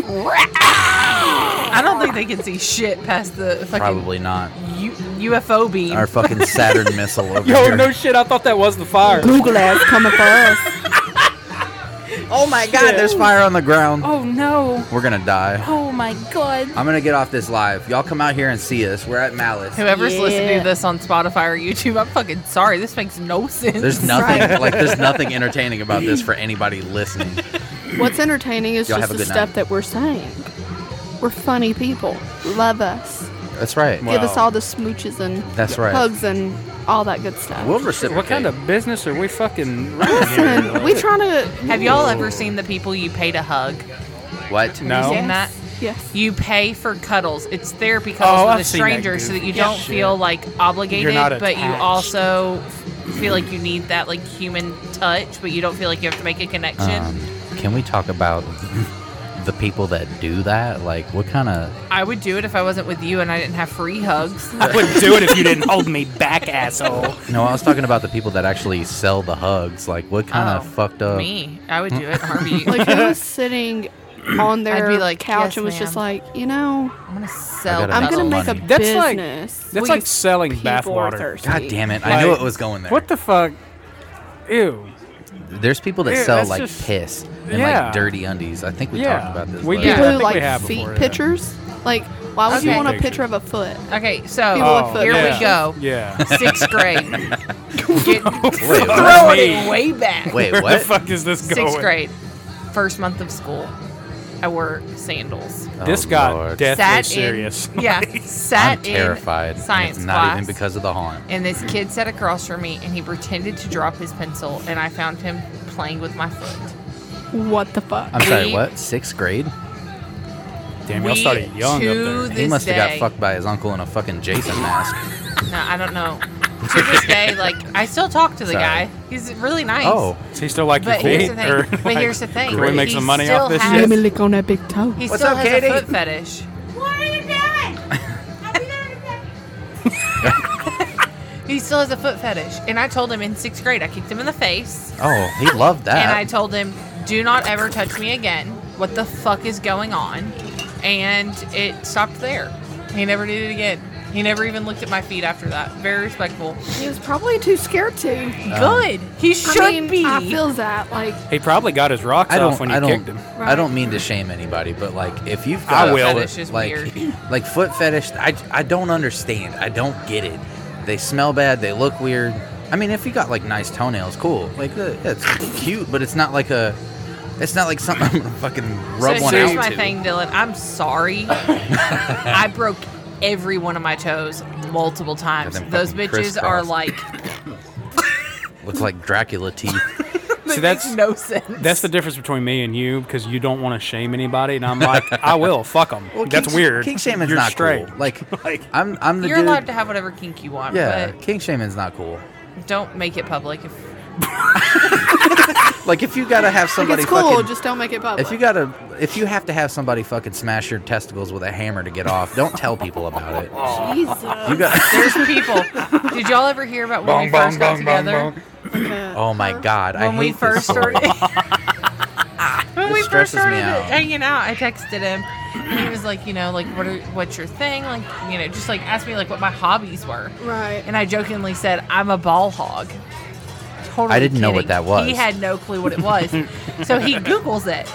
[SPEAKER 5] I don't think they can see shit past the fucking
[SPEAKER 1] Probably not.
[SPEAKER 5] U- UFO beam.
[SPEAKER 1] Our fucking Saturn missile over
[SPEAKER 4] yo,
[SPEAKER 1] here.
[SPEAKER 4] no shit, I thought that was the fire.
[SPEAKER 2] Google ass coming for us.
[SPEAKER 1] oh my god, there's fire on the ground.
[SPEAKER 5] oh no!
[SPEAKER 1] We're gonna die.
[SPEAKER 5] Oh my god!
[SPEAKER 1] I'm gonna get off this live. Y'all come out here and see us. We're at Malice.
[SPEAKER 5] Whoever's listening
[SPEAKER 2] Yeah.
[SPEAKER 5] to this on Spotify or YouTube, I'm fucking sorry. This makes no sense.
[SPEAKER 1] There's nothing like there's nothing
[SPEAKER 5] [laughs]
[SPEAKER 1] entertaining about this for anybody listening.
[SPEAKER 2] What's entertaining is
[SPEAKER 1] Y'all
[SPEAKER 2] just
[SPEAKER 1] have a
[SPEAKER 2] the
[SPEAKER 1] good
[SPEAKER 2] stuff
[SPEAKER 1] night.
[SPEAKER 2] that we're saying. We're funny people. Love us.
[SPEAKER 1] That's right.
[SPEAKER 4] Well-
[SPEAKER 2] Give us all the smooches and
[SPEAKER 1] That's right.
[SPEAKER 2] hugs and all that good stuff.
[SPEAKER 1] We'll reciprocate.
[SPEAKER 4] What kind of business are we fucking running here?
[SPEAKER 2] Listen, we trying to.
[SPEAKER 5] Have y'all ever seen the people you pay to hug?
[SPEAKER 1] what?
[SPEAKER 4] No.
[SPEAKER 5] Seen that?
[SPEAKER 2] Yes.
[SPEAKER 5] You pay for cuddles. It's therapy cuddles
[SPEAKER 4] Oh,
[SPEAKER 5] with
[SPEAKER 4] I've
[SPEAKER 5] a
[SPEAKER 4] seen that
[SPEAKER 5] stranger so that you
[SPEAKER 4] goofy
[SPEAKER 5] don't
[SPEAKER 4] shit.
[SPEAKER 5] feel like obligated,
[SPEAKER 4] not
[SPEAKER 5] but you
[SPEAKER 4] attached.
[SPEAKER 5] also feel like you need that like human touch, but you don't feel like you have to make a connection.
[SPEAKER 1] Um, can we talk about [laughs] the people that do that? Like, what kind of?
[SPEAKER 5] I would do it if I wasn't with you and I didn't have free hugs.
[SPEAKER 4] [laughs] I wouldn't do it if you didn't hold me back, asshole. [laughs]
[SPEAKER 1] No, I was talking about the people that actually sell the hugs. Like, what kind
[SPEAKER 5] Oh,
[SPEAKER 1] of fucked up?
[SPEAKER 5] Me, I would do it. Harvey,
[SPEAKER 2] Like who was sitting on their
[SPEAKER 5] be like,
[SPEAKER 2] couch
[SPEAKER 5] "Yes,
[SPEAKER 2] and was just
[SPEAKER 5] ma'am."
[SPEAKER 2] like, you know,
[SPEAKER 5] I'm gonna sell.
[SPEAKER 1] I gotta
[SPEAKER 2] I'm
[SPEAKER 1] That's
[SPEAKER 2] gonna
[SPEAKER 1] all
[SPEAKER 2] make
[SPEAKER 1] money.
[SPEAKER 2] a
[SPEAKER 4] That's like-
[SPEAKER 2] business.
[SPEAKER 4] that's
[SPEAKER 2] where
[SPEAKER 4] like
[SPEAKER 2] you
[SPEAKER 4] selling
[SPEAKER 2] people
[SPEAKER 4] bath
[SPEAKER 2] are
[SPEAKER 4] water.
[SPEAKER 2] thirsty."
[SPEAKER 1] God damn it! I knew
[SPEAKER 4] Like,
[SPEAKER 1] it was going there.
[SPEAKER 4] What the fuck? Ew.
[SPEAKER 1] There's people that
[SPEAKER 4] Yeah,
[SPEAKER 1] sell
[SPEAKER 4] that's
[SPEAKER 1] like
[SPEAKER 4] just-
[SPEAKER 1] piss and
[SPEAKER 4] Yeah.
[SPEAKER 1] like dirty undies. I think we
[SPEAKER 4] Yeah.
[SPEAKER 1] talked about this.
[SPEAKER 4] We
[SPEAKER 1] last
[SPEAKER 2] People
[SPEAKER 4] Yeah, I
[SPEAKER 2] who
[SPEAKER 4] think we
[SPEAKER 2] like
[SPEAKER 4] have
[SPEAKER 2] feet
[SPEAKER 4] before, yeah.
[SPEAKER 2] pictures. Like, why would you
[SPEAKER 5] Okay.
[SPEAKER 2] want a
[SPEAKER 4] Picture.
[SPEAKER 2] picture of a foot?
[SPEAKER 5] Okay, so
[SPEAKER 2] People with
[SPEAKER 5] here
[SPEAKER 4] Oh, yeah.
[SPEAKER 5] we go.
[SPEAKER 1] [laughs]
[SPEAKER 4] Yeah.
[SPEAKER 5] Sixth
[SPEAKER 4] [laughs]
[SPEAKER 5] grade. Get,
[SPEAKER 1] Wait, what?
[SPEAKER 5] throw
[SPEAKER 4] Me.
[SPEAKER 5] it way back.
[SPEAKER 1] Wait,
[SPEAKER 4] Where
[SPEAKER 1] what?
[SPEAKER 4] the fuck is this going?
[SPEAKER 5] Sixth grade, first month of school. I wore sandals.
[SPEAKER 4] This
[SPEAKER 1] Oh,
[SPEAKER 4] got
[SPEAKER 1] Lord.
[SPEAKER 4] deathly
[SPEAKER 5] sat
[SPEAKER 4] serious.
[SPEAKER 5] in [laughs]
[SPEAKER 4] [laughs]
[SPEAKER 5] yeah,
[SPEAKER 1] I'm
[SPEAKER 5] sat
[SPEAKER 1] terrified.
[SPEAKER 5] in
[SPEAKER 1] and
[SPEAKER 5] science
[SPEAKER 1] it's not
[SPEAKER 5] class.
[SPEAKER 1] even because of the haunt.
[SPEAKER 5] and this kid sat across from me, and he pretended to drop his pencil, and I found him playing with my foot.
[SPEAKER 2] What the fuck?
[SPEAKER 1] I'm sorry,
[SPEAKER 5] We-
[SPEAKER 1] what? Sixth grade?
[SPEAKER 4] Damn,
[SPEAKER 5] We
[SPEAKER 4] y'all started young up
[SPEAKER 5] to
[SPEAKER 4] there.
[SPEAKER 5] this
[SPEAKER 1] He must
[SPEAKER 5] day,
[SPEAKER 1] have got fucked by his uncle in a fucking Jason mask.
[SPEAKER 5] No, I don't know. to
[SPEAKER 1] [laughs]
[SPEAKER 5] this day, like I still talk to the
[SPEAKER 1] Sorry.
[SPEAKER 5] guy. He's really nice.
[SPEAKER 1] Oh,
[SPEAKER 4] Is he still like
[SPEAKER 5] But
[SPEAKER 4] your
[SPEAKER 5] here's the
[SPEAKER 4] feet,
[SPEAKER 5] thing.
[SPEAKER 4] or,
[SPEAKER 5] but
[SPEAKER 4] like-
[SPEAKER 5] here's the thing.
[SPEAKER 1] Can we
[SPEAKER 4] make
[SPEAKER 5] He
[SPEAKER 4] some money
[SPEAKER 5] still
[SPEAKER 4] off this
[SPEAKER 5] Has,
[SPEAKER 2] Let me lick on that big toe.
[SPEAKER 5] He
[SPEAKER 1] What's
[SPEAKER 5] still
[SPEAKER 1] up,
[SPEAKER 5] has
[SPEAKER 1] Katie?
[SPEAKER 5] a foot fetish.
[SPEAKER 7] What are you doing? Have you done anything?
[SPEAKER 2] [laughs]
[SPEAKER 5] He still has a foot fetish. And I told him in sixth grade, I kicked him in the face.
[SPEAKER 1] oh, he
[SPEAKER 4] [laughs]
[SPEAKER 1] loved
[SPEAKER 2] Uh-huh.
[SPEAKER 1] that.
[SPEAKER 5] And I told him, do not ever touch me again. What the fuck is going on? And it stopped there. He never did it again. He never even looked at my feet after that. Very respectful.
[SPEAKER 2] He was probably too scared to.
[SPEAKER 5] Good. He should
[SPEAKER 2] Uh-huh. I mean,
[SPEAKER 5] be.
[SPEAKER 2] I feel that. Like,
[SPEAKER 4] he probably got his rocks
[SPEAKER 1] I
[SPEAKER 4] off
[SPEAKER 1] don't.
[SPEAKER 4] when you
[SPEAKER 1] I don't.
[SPEAKER 4] kicked him.
[SPEAKER 1] I don't mean to shame anybody, but like, if you've
[SPEAKER 4] I
[SPEAKER 1] got a
[SPEAKER 4] will.
[SPEAKER 1] foot-
[SPEAKER 5] Fetish is
[SPEAKER 1] like,
[SPEAKER 5] weird.
[SPEAKER 1] [laughs] like foot fetish, I, I don't understand. I don't get it. They smell bad. They look weird. I mean, if you got like nice toenails, cool. Like uh, that's cute, but it's not like a. It's not like something [laughs] I'm gonna fucking rub
[SPEAKER 5] so
[SPEAKER 1] one
[SPEAKER 5] here's
[SPEAKER 1] out
[SPEAKER 5] my
[SPEAKER 1] to.
[SPEAKER 5] thing, Dylan.
[SPEAKER 1] [laughs]
[SPEAKER 5] I'm sorry. I broke every one of my toes multiple times.
[SPEAKER 1] Got them
[SPEAKER 5] Those
[SPEAKER 1] fucking
[SPEAKER 5] bitches are
[SPEAKER 1] crisscrossed. [laughs]
[SPEAKER 5] like
[SPEAKER 1] Looks like Dracula
[SPEAKER 4] [laughs]
[SPEAKER 1] teeth.
[SPEAKER 4] See, that's
[SPEAKER 5] no sense.
[SPEAKER 4] that's the difference between me and you because you don't want to shame anybody, and I'm like, I will fuck them. that's
[SPEAKER 1] kink-
[SPEAKER 4] weird.
[SPEAKER 1] Kink shaming's
[SPEAKER 4] You're
[SPEAKER 1] not
[SPEAKER 4] straight.
[SPEAKER 1] cool. Like,
[SPEAKER 4] [laughs]
[SPEAKER 1] I'm I'm the
[SPEAKER 5] You're
[SPEAKER 1] dude.
[SPEAKER 5] allowed to have whatever kink you want,
[SPEAKER 1] yeah, kink shaming's not cool.
[SPEAKER 5] but don't make it public. If
[SPEAKER 1] Like if you gotta have
[SPEAKER 2] like
[SPEAKER 1] somebody
[SPEAKER 2] it's cool,
[SPEAKER 1] fucking,
[SPEAKER 2] just don't make it public.
[SPEAKER 1] if you gotta if you have to have somebody fucking smash your testicles with a hammer to get off, don't tell people about it.
[SPEAKER 2] Jesus.
[SPEAKER 1] You got [laughs]
[SPEAKER 5] there's people. Did y'all ever hear about when we first got together?
[SPEAKER 1] Oh my god, I
[SPEAKER 5] When we
[SPEAKER 1] hate this
[SPEAKER 5] first
[SPEAKER 1] story.
[SPEAKER 5] started, [laughs] when
[SPEAKER 1] This
[SPEAKER 5] we first
[SPEAKER 1] stresses me
[SPEAKER 5] started
[SPEAKER 1] out.
[SPEAKER 5] hanging out, I texted him. And he was like, you know, like what are what's your thing? Like, you know, just like asked me like what my hobbies were.
[SPEAKER 2] Right.
[SPEAKER 5] And I jokingly said, I'm a ball hog. Totally
[SPEAKER 1] I didn't know what that was.
[SPEAKER 5] He had no clue what
[SPEAKER 1] [laughs]
[SPEAKER 5] it was. so he Googles it.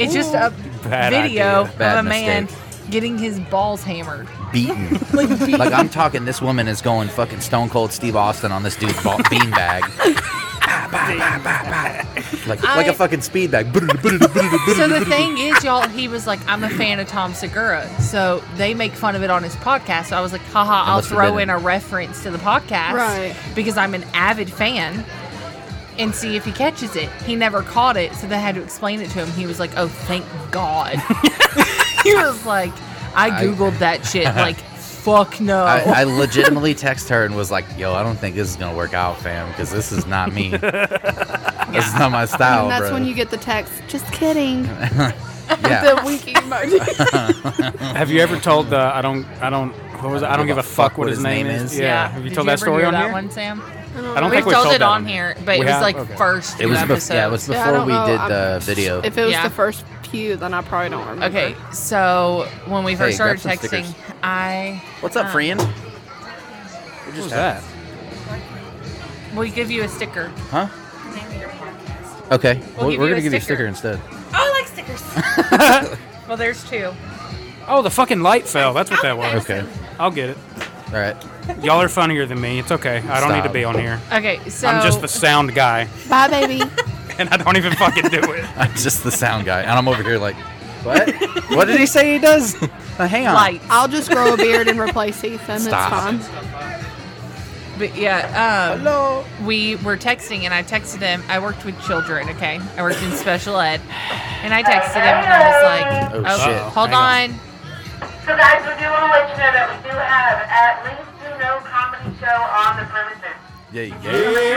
[SPEAKER 5] It's just a
[SPEAKER 4] Bad
[SPEAKER 5] video
[SPEAKER 4] idea.
[SPEAKER 1] Bad
[SPEAKER 5] of a man
[SPEAKER 1] mistake.
[SPEAKER 5] getting his
[SPEAKER 1] [laughs]
[SPEAKER 5] balls hammered.
[SPEAKER 1] beaten. like I'm talking this woman is going fucking stone cold Steve Austin on this dude's [laughs] ball, bean bag. Bah, bah, bah, bah, bah. Like like
[SPEAKER 5] I-
[SPEAKER 1] a fucking speed bag.
[SPEAKER 5] so the thing is, y'all, he was like, I'm a fan of Tom Segura. So they make fun of it on his podcast. So I was like, haha, I'll
[SPEAKER 1] must have
[SPEAKER 5] throw
[SPEAKER 1] been-
[SPEAKER 5] in a reference to the podcast
[SPEAKER 2] Right.
[SPEAKER 5] because I'm an avid fan and see if he catches it. He never caught it. So they had to explain it to him. He was like, oh, thank God. [laughs] he was like, I
[SPEAKER 1] I-
[SPEAKER 5] Googled that shit. Like, fuck no.
[SPEAKER 1] I, I legitimately text her and was like, "Yo, I don't think this is gonna work out, fam, because this is not [laughs] me. this is not my style,
[SPEAKER 2] and that's
[SPEAKER 1] bro."
[SPEAKER 2] when you get the text. Just
[SPEAKER 1] [laughs]
[SPEAKER 2] kidding.
[SPEAKER 1] yeah.
[SPEAKER 2] The winking emoji.
[SPEAKER 4] Have you ever told the I don't I don't what was it? I don't give a fuck what his name is?
[SPEAKER 1] Yeah.
[SPEAKER 4] Have you
[SPEAKER 5] Did
[SPEAKER 4] told
[SPEAKER 5] you
[SPEAKER 4] that
[SPEAKER 5] ever
[SPEAKER 4] story
[SPEAKER 5] hear
[SPEAKER 4] on
[SPEAKER 5] that
[SPEAKER 4] here?
[SPEAKER 5] one, Sam?
[SPEAKER 4] I don't
[SPEAKER 5] We've
[SPEAKER 4] think we
[SPEAKER 5] told
[SPEAKER 4] told
[SPEAKER 5] it
[SPEAKER 4] that
[SPEAKER 5] on here, but it
[SPEAKER 4] We
[SPEAKER 5] was
[SPEAKER 4] have?
[SPEAKER 5] like
[SPEAKER 4] Okay.
[SPEAKER 5] first
[SPEAKER 1] It was bef-
[SPEAKER 5] episode.
[SPEAKER 1] yeah, it was
[SPEAKER 2] Yeah,
[SPEAKER 1] [laughs]
[SPEAKER 2] I
[SPEAKER 1] before
[SPEAKER 2] don't
[SPEAKER 1] we
[SPEAKER 2] know.
[SPEAKER 1] did
[SPEAKER 2] I'm-
[SPEAKER 1] the video.
[SPEAKER 2] If it was
[SPEAKER 5] Yeah.
[SPEAKER 2] the first pew, then I probably don't remember.
[SPEAKER 5] Okay, so when we first
[SPEAKER 1] Hey, grab
[SPEAKER 5] started
[SPEAKER 1] some
[SPEAKER 5] texting,
[SPEAKER 1] stickers.
[SPEAKER 5] I
[SPEAKER 1] What's up, friend?
[SPEAKER 4] What was that?
[SPEAKER 5] will give you a sticker.
[SPEAKER 1] Huh? Okay,
[SPEAKER 5] We'll
[SPEAKER 1] we're,
[SPEAKER 5] give
[SPEAKER 1] we're
[SPEAKER 5] you
[SPEAKER 1] gonna
[SPEAKER 5] a
[SPEAKER 1] give you a sticker
[SPEAKER 5] sticker.
[SPEAKER 1] instead.
[SPEAKER 5] Oh, I like stickers. well, there's two.
[SPEAKER 4] Oh, the fucking light fell. That's what that was.
[SPEAKER 1] Okay,
[SPEAKER 4] I'll get it.
[SPEAKER 1] all right. [laughs]
[SPEAKER 4] Y'all are funnier than me. It's okay. I don't need to
[SPEAKER 1] Stop.
[SPEAKER 4] be on here.
[SPEAKER 5] Okay, so
[SPEAKER 4] I'm just the sound guy, [laughs]
[SPEAKER 5] [laughs]
[SPEAKER 2] Bye, baby.
[SPEAKER 4] and I don't even fucking do it.
[SPEAKER 1] I'm just the sound guy, and I'm over here like, what? [laughs] what did he say he does? Now, hang on.
[SPEAKER 5] lights.
[SPEAKER 2] I'll just grow a beard and replace Ethan.
[SPEAKER 1] Stop.
[SPEAKER 2] It's fine.
[SPEAKER 5] But yeah, um,
[SPEAKER 1] Hello.
[SPEAKER 5] we were texting, and I texted him. I worked with children. Okay, I worked in special ed, and I texted him, and I was like,
[SPEAKER 1] Oh, shit.
[SPEAKER 5] hold
[SPEAKER 4] Hang
[SPEAKER 5] on."
[SPEAKER 7] So guys, we do want to let you know that we do have at least two no comedy show on the premises.
[SPEAKER 1] Yeah,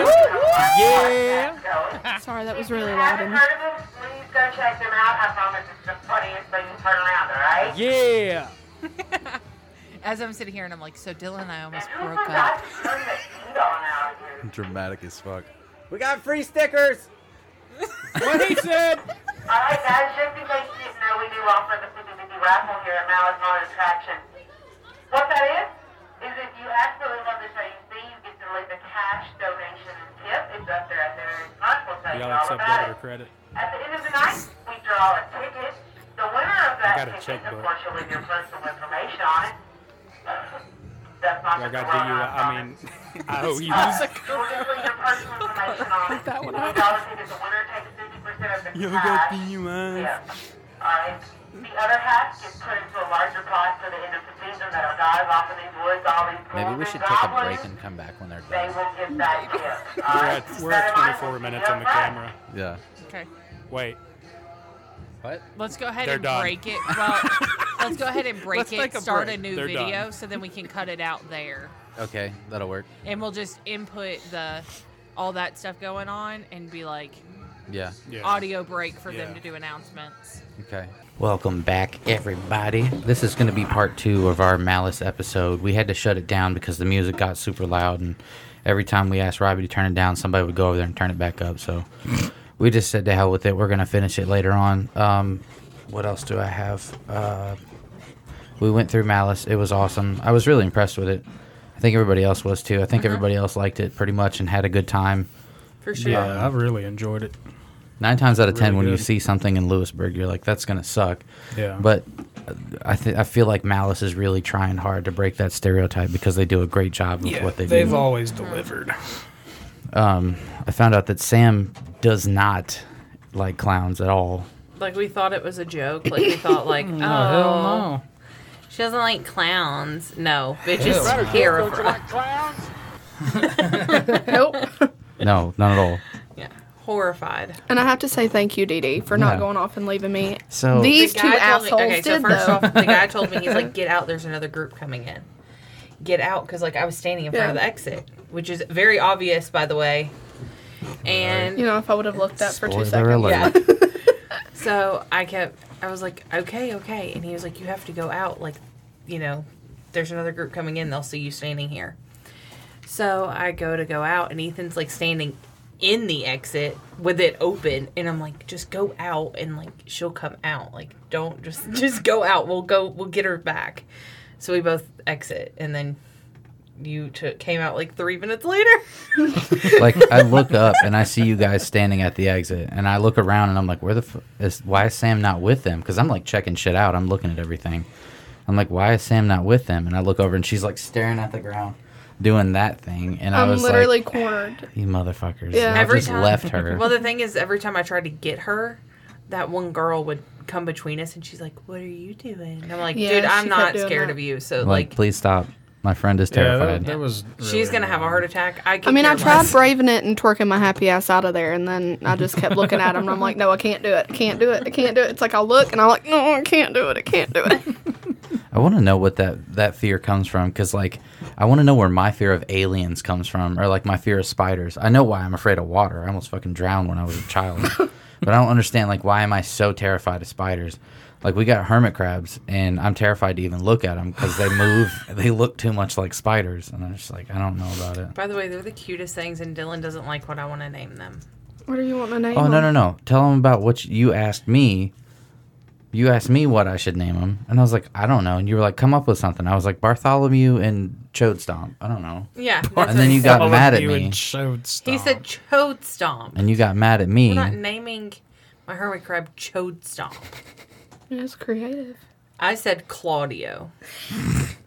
[SPEAKER 1] yeah.
[SPEAKER 4] [laughs]
[SPEAKER 7] Yeah. So
[SPEAKER 2] Sorry, that was
[SPEAKER 7] if
[SPEAKER 2] [laughs] really
[SPEAKER 7] you
[SPEAKER 2] loud.
[SPEAKER 7] haven't
[SPEAKER 2] And
[SPEAKER 7] heard of them, please go check them out. I promise it's the funniest thing you've heard around, all right?
[SPEAKER 4] Yeah.
[SPEAKER 5] As I'm sitting here, and I'm like, "So Dylan and I almost
[SPEAKER 7] And who
[SPEAKER 5] broke up."
[SPEAKER 7] forgot to turn the heat on out here?
[SPEAKER 1] Dramatic as fuck. We got free stickers.
[SPEAKER 4] What he said.
[SPEAKER 7] All right, guys, just in case you didn't know, we do offer the 50-50 raffle here at Malice Modern Attraction. What that is, is if you absolutely love the show you see, you get to leave a cash donation and tip. It's up there at the very front. We'll tell you
[SPEAKER 4] Y'all
[SPEAKER 7] all
[SPEAKER 4] accept
[SPEAKER 7] about
[SPEAKER 4] debit or
[SPEAKER 7] it.
[SPEAKER 4] credit?
[SPEAKER 7] At the end of the night, we draw a ticket. The winner of that
[SPEAKER 4] got a
[SPEAKER 7] ticket, of
[SPEAKER 4] checkbook.
[SPEAKER 7] course, you'll leave your personal information on it. That's not
[SPEAKER 4] Y'all
[SPEAKER 7] the
[SPEAKER 4] got
[SPEAKER 7] corona,
[SPEAKER 4] DUI. I
[SPEAKER 7] promise.
[SPEAKER 4] mean, [laughs] oh, IOUs.
[SPEAKER 7] We'll just uh, leave your personal information on it.
[SPEAKER 2] [laughs] That one
[SPEAKER 7] We draw the ticket. The winner takes 50% of the
[SPEAKER 4] Y'all
[SPEAKER 7] cash.
[SPEAKER 4] got DUIs.
[SPEAKER 7] Yeah. Alright. The other half gets put into a larger pot for the end of the season that'll dive off of these woods, all these
[SPEAKER 1] Maybe we
[SPEAKER 7] dwarves
[SPEAKER 1] should
[SPEAKER 7] and
[SPEAKER 1] take a
[SPEAKER 7] goblins.
[SPEAKER 1] break and come back when they're
[SPEAKER 7] They
[SPEAKER 1] done.
[SPEAKER 7] will get that gift.
[SPEAKER 4] We're at, we're at 24 minutes on the camera.
[SPEAKER 1] Yeah.
[SPEAKER 5] Okay.
[SPEAKER 4] Wait.
[SPEAKER 1] What?
[SPEAKER 8] Let's go ahead
[SPEAKER 4] They're
[SPEAKER 8] and
[SPEAKER 4] done.
[SPEAKER 8] break it. Well, let's go ahead and break
[SPEAKER 4] Let's
[SPEAKER 8] it.
[SPEAKER 4] take a
[SPEAKER 8] start
[SPEAKER 4] break.
[SPEAKER 8] a new
[SPEAKER 4] They're
[SPEAKER 8] video
[SPEAKER 4] done.
[SPEAKER 8] so then we can cut it out there,
[SPEAKER 1] Okay, that'll work.
[SPEAKER 8] and we'll just input the all that stuff going on and be like
[SPEAKER 1] Yeah.
[SPEAKER 4] Yeah.
[SPEAKER 8] audio break for
[SPEAKER 4] Yeah.
[SPEAKER 8] them to do announcements.
[SPEAKER 1] Okay. Welcome back, everybody. This is going to be part two of our Malice episode. We had to shut it down because the music got super loud, and every time we asked Robbie to turn it down, somebody would go over there and turn it back up. So we just said to hell with it. We're going to finish it later on. Um, what else do I have? Uh, we went through Malice. It was awesome. I was really impressed with it. I think everybody else was too. I think
[SPEAKER 4] Uh-huh.
[SPEAKER 1] everybody else liked it pretty much and had a good time.
[SPEAKER 8] For sure.
[SPEAKER 4] Yeah, Uh, I really enjoyed it.
[SPEAKER 1] Nine times out of ten,
[SPEAKER 4] Really
[SPEAKER 1] when you
[SPEAKER 4] good.
[SPEAKER 1] see something in Lewisburg, you're like, "That's gonna suck."
[SPEAKER 4] Yeah.
[SPEAKER 1] But uh, I th- I feel like Malice is really trying hard to break that stereotype because they do a great job with what they
[SPEAKER 4] have
[SPEAKER 1] do.
[SPEAKER 4] always delivered.
[SPEAKER 1] I found out that Sam does not like clowns at all.
[SPEAKER 5] Like we thought it was a joke. Like we thought
[SPEAKER 2] [laughs]
[SPEAKER 5] like, oh, she doesn't like clowns. No, bitch is terrified.
[SPEAKER 2] Nope. [laughs]
[SPEAKER 1] No, not at all.
[SPEAKER 5] Yeah, horrified.
[SPEAKER 2] And I have to say thank you, Dee Dee, for not
[SPEAKER 1] Yeah.
[SPEAKER 2] going off and leaving me.
[SPEAKER 1] [laughs] So
[SPEAKER 2] These
[SPEAKER 5] The
[SPEAKER 2] two
[SPEAKER 5] guy told
[SPEAKER 2] assholes
[SPEAKER 5] me- okay,
[SPEAKER 2] did,
[SPEAKER 5] so first
[SPEAKER 2] though.
[SPEAKER 5] off, the guy told me he's
[SPEAKER 2] [laughs]
[SPEAKER 5] like, "Get out! There's another group coming in. Get out!" Because like I was standing in front of
[SPEAKER 2] Yeah.
[SPEAKER 5] the exit, which is very obvious, by the way. And
[SPEAKER 2] you know, if I would have looked up for two
[SPEAKER 1] spoiler
[SPEAKER 2] seconds.
[SPEAKER 1] alert.
[SPEAKER 5] yeah. so I kept, I was like, okay, okay. And he was like, you have to go out. Like, you know, there's another group coming in. They'll see you standing here. So I go to go out, and Ethan's like standing in the exit with it open. And I'm like, just go out, and like, she'll come out. Like, don't just, [laughs] just go out. We'll go, we'll get her back. So we both exit, and then you took, came out like three minutes later. [laughs]
[SPEAKER 1] like I look up and I see you guys standing at the exit, and I look around and I'm like, where the f- is why is Sam not with them? Because I'm like checking shit out. I'm looking at everything. I'm like, why is Sam not with them? And I look over and she's like staring at the ground, doing that thing, and I
[SPEAKER 2] I'm
[SPEAKER 1] was
[SPEAKER 2] literally
[SPEAKER 1] like,
[SPEAKER 2] cornered.
[SPEAKER 1] you motherfuckers, yeah.
[SPEAKER 2] Yeah.
[SPEAKER 1] I
[SPEAKER 5] Every
[SPEAKER 1] just
[SPEAKER 5] time-
[SPEAKER 1] left her.
[SPEAKER 5] Well, the thing is, every time I tried to get her, that one girl would come between us, and she's like, "What are you doing?" And I'm like,
[SPEAKER 2] Yeah,
[SPEAKER 5] "Dude,
[SPEAKER 2] she
[SPEAKER 5] I'm
[SPEAKER 2] kept
[SPEAKER 5] not
[SPEAKER 2] doing
[SPEAKER 5] scared
[SPEAKER 2] that.
[SPEAKER 5] of you." So
[SPEAKER 1] like,
[SPEAKER 5] like,
[SPEAKER 1] please stop. My friend is
[SPEAKER 4] Yeah,
[SPEAKER 1] terrified.
[SPEAKER 4] that, that was.
[SPEAKER 5] she's gonna have a heart attack. I,
[SPEAKER 2] I
[SPEAKER 5] could
[SPEAKER 2] mean, I
[SPEAKER 5] care
[SPEAKER 2] tried
[SPEAKER 5] less.
[SPEAKER 2] braving it and twerking my happy ass out of there, and then I just kept looking at him, and I'm like, no, I can't do it. I can't do it. I can't do it. It's like I'll look, and I'm like, no, I can't do it. I can't do it.
[SPEAKER 1] I want to know what that that fear comes from because like I want to know where my fear of aliens comes from or like my fear of spiders. I know why I'm afraid of water. I almost fucking drowned when I was a child, but I don't understand like why am I so terrified of spiders? Like we got hermit crabs and I'm terrified to even look at them because they move. they look too much like spiders, and I'm just like I don't know about it.
[SPEAKER 5] By the way, they're the cutest things, and Dylan doesn't like what I want to name them.
[SPEAKER 2] [laughs] What do you want to name?
[SPEAKER 1] Oh no no
[SPEAKER 2] him?
[SPEAKER 1] no! Tell them about what you you asked me. You asked me what I should name them, and I was like, I don't know. And you were like, come up with something. I was like, Bartholomew and Chode Stomp. I don't know.
[SPEAKER 5] Yeah, that's
[SPEAKER 1] And
[SPEAKER 5] what
[SPEAKER 1] then
[SPEAKER 5] he
[SPEAKER 1] you
[SPEAKER 5] said.
[SPEAKER 1] got mad at me,
[SPEAKER 5] He said chode stomp.
[SPEAKER 1] and you got mad at me.
[SPEAKER 5] I'm not naming my hermit crab chode stomp.
[SPEAKER 2] It's creative.
[SPEAKER 5] I said Claudio.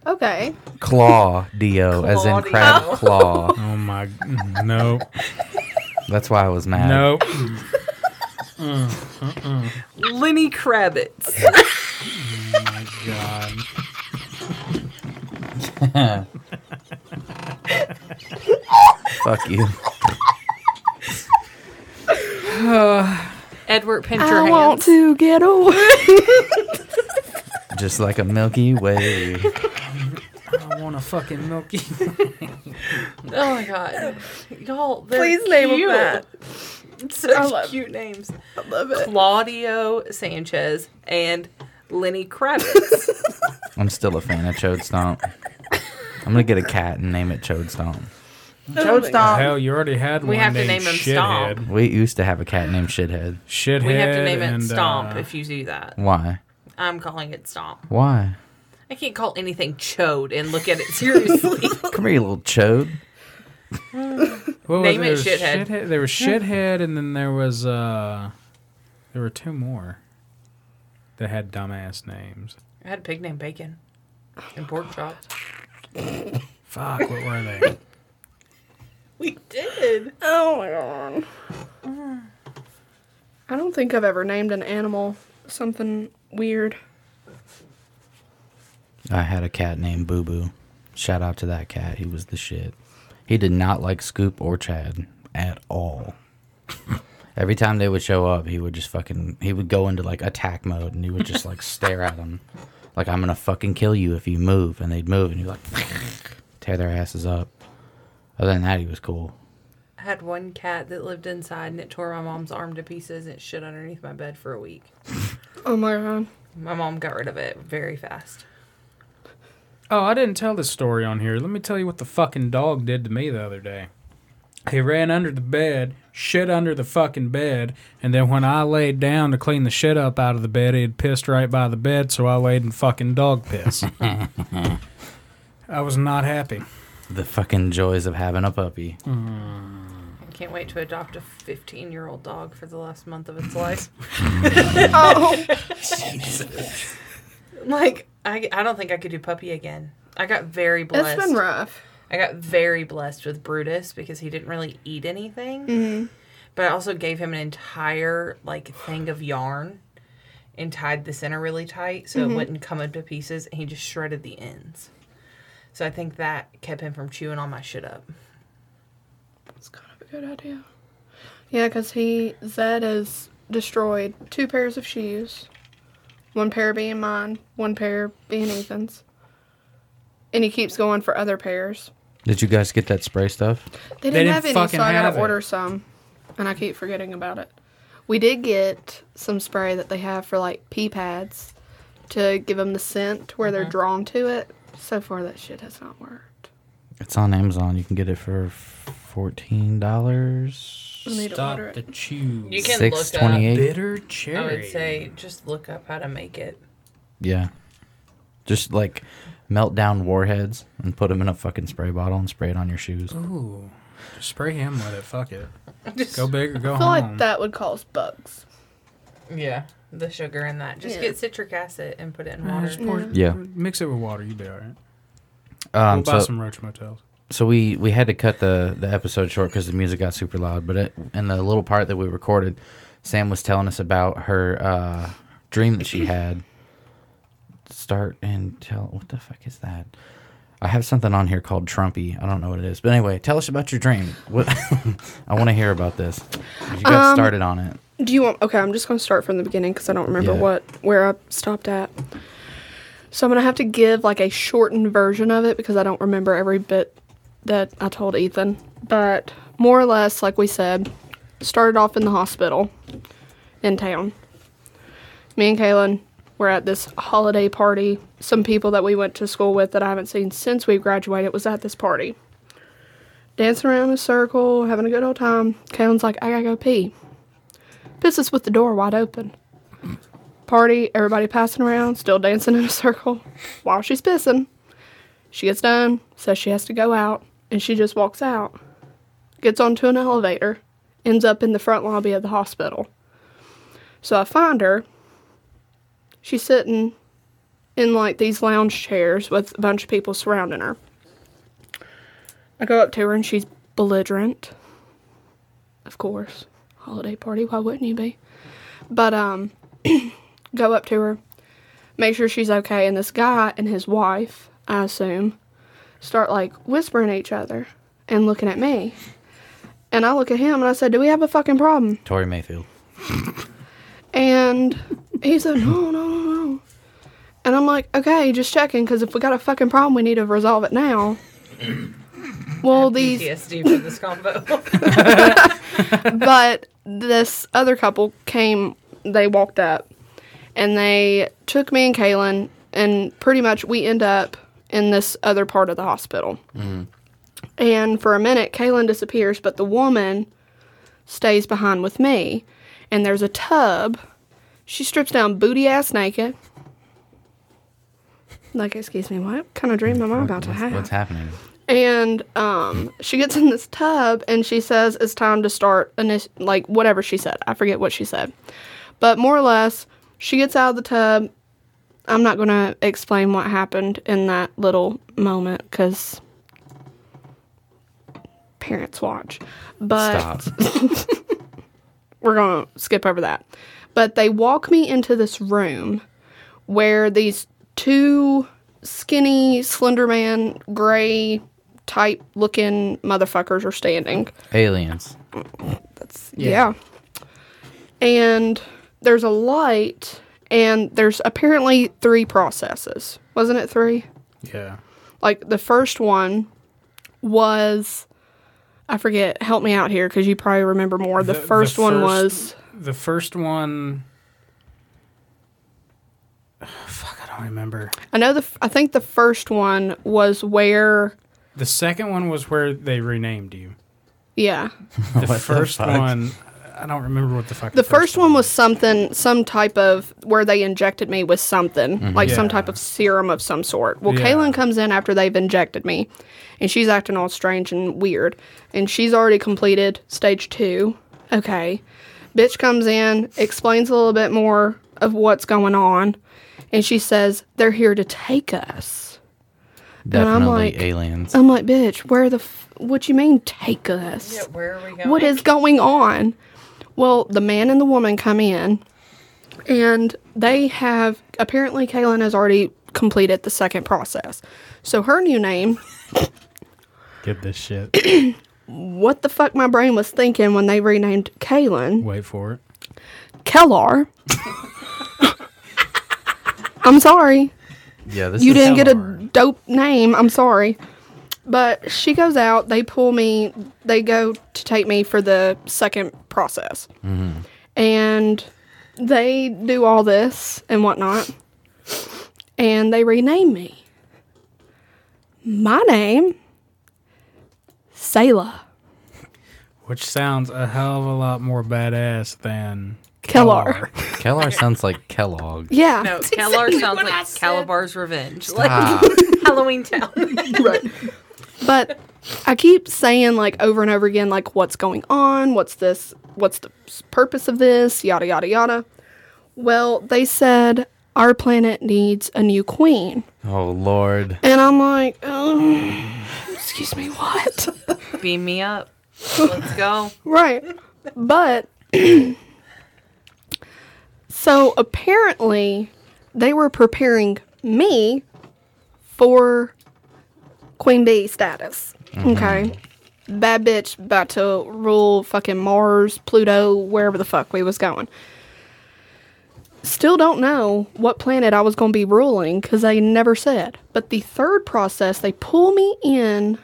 [SPEAKER 2] Okay.
[SPEAKER 1] Claw Dio, as in crab
[SPEAKER 5] Claudio.
[SPEAKER 1] claw.
[SPEAKER 4] Oh my.
[SPEAKER 1] [laughs]
[SPEAKER 4] No.
[SPEAKER 1] That's why I was mad.
[SPEAKER 4] No.
[SPEAKER 5] Lenny Kravitz.
[SPEAKER 4] God.
[SPEAKER 1] [laughs] fuck you.
[SPEAKER 5] Edward Pincher.
[SPEAKER 2] I want to get away. [laughs]
[SPEAKER 1] Just like a Milky Way.
[SPEAKER 4] I want a fucking milky.
[SPEAKER 5] [laughs] Oh my god. Y'all, they're
[SPEAKER 2] Please name 'em
[SPEAKER 5] cute.
[SPEAKER 2] that.
[SPEAKER 5] [laughs] Such
[SPEAKER 2] I love-
[SPEAKER 5] cute names.
[SPEAKER 2] I love it.
[SPEAKER 5] Claudio Sanchez and Lenny
[SPEAKER 2] [laughs]
[SPEAKER 5] Kravitz.
[SPEAKER 1] I'm still a fan of Chode Stomp. I'm gonna get a cat and name it Chode Stomp. Chode Stomp.
[SPEAKER 4] Hell, you already had one.
[SPEAKER 5] Um, We have to
[SPEAKER 4] named
[SPEAKER 5] name him
[SPEAKER 4] Shithead.
[SPEAKER 5] Stomp.
[SPEAKER 1] We used to have a cat named Shithead.
[SPEAKER 4] Shithead.
[SPEAKER 5] we have to name it
[SPEAKER 4] and,
[SPEAKER 5] Stomp
[SPEAKER 4] uh,
[SPEAKER 5] if you do that.
[SPEAKER 1] Why?
[SPEAKER 5] I'm calling it Stomp.
[SPEAKER 1] Why?
[SPEAKER 5] I can't call anything chode and look
[SPEAKER 2] [laughs]
[SPEAKER 5] at it seriously.
[SPEAKER 1] Come here, you little chode.
[SPEAKER 4] what was
[SPEAKER 5] name it
[SPEAKER 4] There was
[SPEAKER 5] Shithead.
[SPEAKER 4] There was shithead, and then there was uh, there were two more that had dumbass names.
[SPEAKER 5] I had a pig named Bacon and pork chops.
[SPEAKER 4] Fuck, what were they?
[SPEAKER 5] We did.
[SPEAKER 2] Oh my god. I don't think I've ever named an animal something weird.
[SPEAKER 1] I had a cat named Boo Boo. Shout out to that cat. He was the shit. He did not like Scoop or Chad at all. [laughs] Every time they would show up, he would just fucking he would go into like attack mode and he would just like stare at them, like I'm gonna fucking kill you if you move, and they'd move and you like [laughs] tear their asses up. Other than that, he was cool.
[SPEAKER 3] I had one cat that lived inside and it tore my mom's arm to pieces and it shit underneath my bed for a week.
[SPEAKER 2] Oh my god.
[SPEAKER 3] My mom got rid of it very fast.
[SPEAKER 4] Oh, I didn't tell this story on here. Let me tell you what the fucking dog did to me the other day. He ran under the bed, shit under the fucking bed, and then when I laid down to clean the shit up out of the bed, he had pissed right by the bed, so I laid in fucking dog piss. I was not happy.
[SPEAKER 1] The fucking joys of having a puppy.
[SPEAKER 3] I can't wait to adopt a 15 year old dog for the last month of its life. [laughs]
[SPEAKER 2] Oh,
[SPEAKER 3] like, I, I don't think I could do puppy again. I got very blessed.
[SPEAKER 2] it's been rough.
[SPEAKER 3] I got very blessed with Brutus because he didn't really eat anything.
[SPEAKER 2] Mm-hmm.
[SPEAKER 3] But I also gave him an entire like thing of yarn and tied the center really tight
[SPEAKER 2] Mm-hmm.
[SPEAKER 3] so it wouldn't come into pieces and he just shredded the ends. So I think that kept him from chewing all my shit up.
[SPEAKER 2] It's kind of a good idea. Yeah, because he Zed has destroyed two pairs of shoes, one pair being mine, one pair being Ethan's, and he keeps going for other pairs.
[SPEAKER 1] Did you guys get that spray stuff?
[SPEAKER 2] They didn't,
[SPEAKER 4] didn't
[SPEAKER 2] have any,
[SPEAKER 4] fucking
[SPEAKER 2] so I
[SPEAKER 4] have
[SPEAKER 2] gotta
[SPEAKER 4] it.
[SPEAKER 2] order some, and I keep forgetting about it. We did get some spray that they have for like pee pads to give them the scent where
[SPEAKER 4] Mm-hmm.
[SPEAKER 2] they're drawn to it. So far, that shit has not worked.
[SPEAKER 1] It's on Amazon. You can get it for fourteen dollars.
[SPEAKER 2] I need to order
[SPEAKER 4] Stop
[SPEAKER 2] it.
[SPEAKER 4] the chew.
[SPEAKER 3] You can
[SPEAKER 1] Six
[SPEAKER 3] look up.
[SPEAKER 1] twenty-eight.
[SPEAKER 4] Bitter
[SPEAKER 3] I
[SPEAKER 4] cherry.
[SPEAKER 3] would say just look up how to make it. [laughs]
[SPEAKER 1] Yeah, just like melt down warheads and put them in a fucking spray bottle and spray it on your shoes.
[SPEAKER 4] Ooh. Just spray him with it. Fuck it.
[SPEAKER 3] Just,
[SPEAKER 4] Go big or go
[SPEAKER 2] I feel
[SPEAKER 4] home.
[SPEAKER 2] like that would cause bugs.
[SPEAKER 3] yeah, the sugar in that. Just
[SPEAKER 2] Yeah.
[SPEAKER 3] get citric acid and put
[SPEAKER 1] Mm.
[SPEAKER 3] it in
[SPEAKER 4] Yeah,
[SPEAKER 3] water.
[SPEAKER 4] just pour-
[SPEAKER 1] Yeah.
[SPEAKER 4] Mix it with water. You'll be all right.
[SPEAKER 1] Um,
[SPEAKER 4] we'll buy
[SPEAKER 1] so-
[SPEAKER 4] some roach motels.
[SPEAKER 1] so we we had to cut the the episode short because the music got super loud. But it, in the little part that we recorded, Sam was telling us about her uh, dream that she had. Start and tell what the fuck is that? I have something on here called Trumpy. I don't know what it is, but anyway, tell us about your dream. What [laughs] I want to hear about this. 'Cause You got
[SPEAKER 2] Um,
[SPEAKER 1] started on it.
[SPEAKER 2] Do you want? Okay, I'm just going to start from the beginning because I don't remember
[SPEAKER 1] Yeah.
[SPEAKER 2] what where I stopped at. So I'm going to have to give like a shortened version of it because I don't remember every bit that I told Ethan. But more or less, like we said, started off in the hospital in town. Me and Kaylin were at this holiday party. Some people that we went to school with that I haven't seen since we graduated was at this party. Dancing around in a circle, having a good old time. Kaylin's like, I gotta go pee pisses with the door wide open. Party, everybody passing around, still dancing in a circle while she's pissing. She gets done, says she has to go out, and she just walks out. Gets onto an elevator, ends up in the front lobby of the hospital. So I find her. She's sitting in like these lounge chairs with a bunch of people surrounding her. I go up to her and she's belligerent. Of course holiday party. Why wouldn't you be? But um, [clears throat] go up to her, make sure she's okay, and this guy and his wife, I assume, start like whispering at each other and looking at me. And I look at him and I said, "Do we have a fucking problem?"
[SPEAKER 1] Tori Mayfield.
[SPEAKER 2] And he said, "No, no, no, no." And I'm like, "Okay, just checking, because if we got a fucking problem, we need to resolve it now." Well, these
[SPEAKER 3] PTSD for
[SPEAKER 1] [laughs]
[SPEAKER 3] this combo.
[SPEAKER 2] but this other couple came they walked up and they took me and kaylin and pretty much we end up in this other part of the hospital
[SPEAKER 1] Mm-hmm.
[SPEAKER 2] and for a minute kaylin disappears but the woman stays behind with me and there's a tub she strips down booty ass naked like excuse me what kind of dream am i about to
[SPEAKER 1] What's-
[SPEAKER 2] have
[SPEAKER 1] What's happening?
[SPEAKER 2] and um, she gets in this tub and she says it's time to start init- like whatever she said i forget what she said but more or less she gets out of the tub i'm not going to explain what happened in that little moment because parents watch but
[SPEAKER 1] Stop.
[SPEAKER 2] we're going to skip over that. But they walk me into this room where these two skinny, slender man, gray type looking motherfuckers are standing.
[SPEAKER 1] Aliens.
[SPEAKER 2] Yeah. and there's a light, and there's apparently three processes. Wasn't it three?
[SPEAKER 4] Yeah.
[SPEAKER 2] Like the first one was, I forget. Help me out here because you probably remember more. The,
[SPEAKER 4] The- the
[SPEAKER 2] first one
[SPEAKER 4] first-
[SPEAKER 2] was
[SPEAKER 4] The first one. [sighs] Fuck, I don't remember.
[SPEAKER 2] I know the f- I think the first one was where
[SPEAKER 4] The second one was where they renamed you. [laughs]
[SPEAKER 2] yeah.
[SPEAKER 4] The first one, I don't remember what the fuck.
[SPEAKER 2] The first one was something some type of where they injected me with something, like some
[SPEAKER 4] Yeah.
[SPEAKER 2] type of serum of some sort. Well,
[SPEAKER 4] Yeah.
[SPEAKER 2] Kaylin comes in after they've injected me and she's acting all strange and weird and she's already completed stage 2. Okay. Bitch comes in, explains a little bit more of what's going on, and she says they're here to take us. I'm
[SPEAKER 1] Definitely
[SPEAKER 2] like- uh,
[SPEAKER 1] aliens.
[SPEAKER 2] I'm like, bitch, where the f- what you mean take us?
[SPEAKER 3] Yeah, where are we going?
[SPEAKER 2] what is going on? Well, the man and the woman come in, and they have apparently Kaylin has already completed the second process. So her new name,
[SPEAKER 4] Get this shit.
[SPEAKER 2] what the fuck my brain was thinking when they renamed Kaylin,
[SPEAKER 4] Wait for it.
[SPEAKER 2] Kellar. [laughs] I'm sorry.
[SPEAKER 1] yeah, this
[SPEAKER 2] you
[SPEAKER 1] is
[SPEAKER 2] didn't get a
[SPEAKER 4] Hellhorn.
[SPEAKER 2] dope name. I'm sorry. But she goes out. They pull me. They go to take me for the second process.
[SPEAKER 1] Mm-hmm.
[SPEAKER 2] And they do all this and whatnot. And they rename me. My name, Selah
[SPEAKER 4] Which sounds a hell of a lot more badass than
[SPEAKER 2] Kellar.
[SPEAKER 1] Kellar sounds like Kellogg.
[SPEAKER 2] Yeah. [laughs]
[SPEAKER 3] No, Kellar sounds
[SPEAKER 5] I
[SPEAKER 3] like
[SPEAKER 5] said.
[SPEAKER 3] Calabar's Revenge, like
[SPEAKER 1] Ah.
[SPEAKER 3] [laughs] Halloween Town.
[SPEAKER 2] but I keep saying like over and over again, like what's going on? What's this? What's the s- purpose of this? Yada yada yada. Well, they said our planet needs a new queen,
[SPEAKER 1] Oh Lord.
[SPEAKER 2] and I'm like, um, excuse me, what? [laughs]
[SPEAKER 3] Beam me up. Let's
[SPEAKER 1] [laughs]
[SPEAKER 3] go.
[SPEAKER 2] right, but [clears throat] so apparently they were preparing me for queen bee status. Okay. Bad bitch about to rule fucking Mars, Pluto, wherever the fuck we was going. Still don't know what planet I was going to be ruling because they never said. But the third process, they pull me in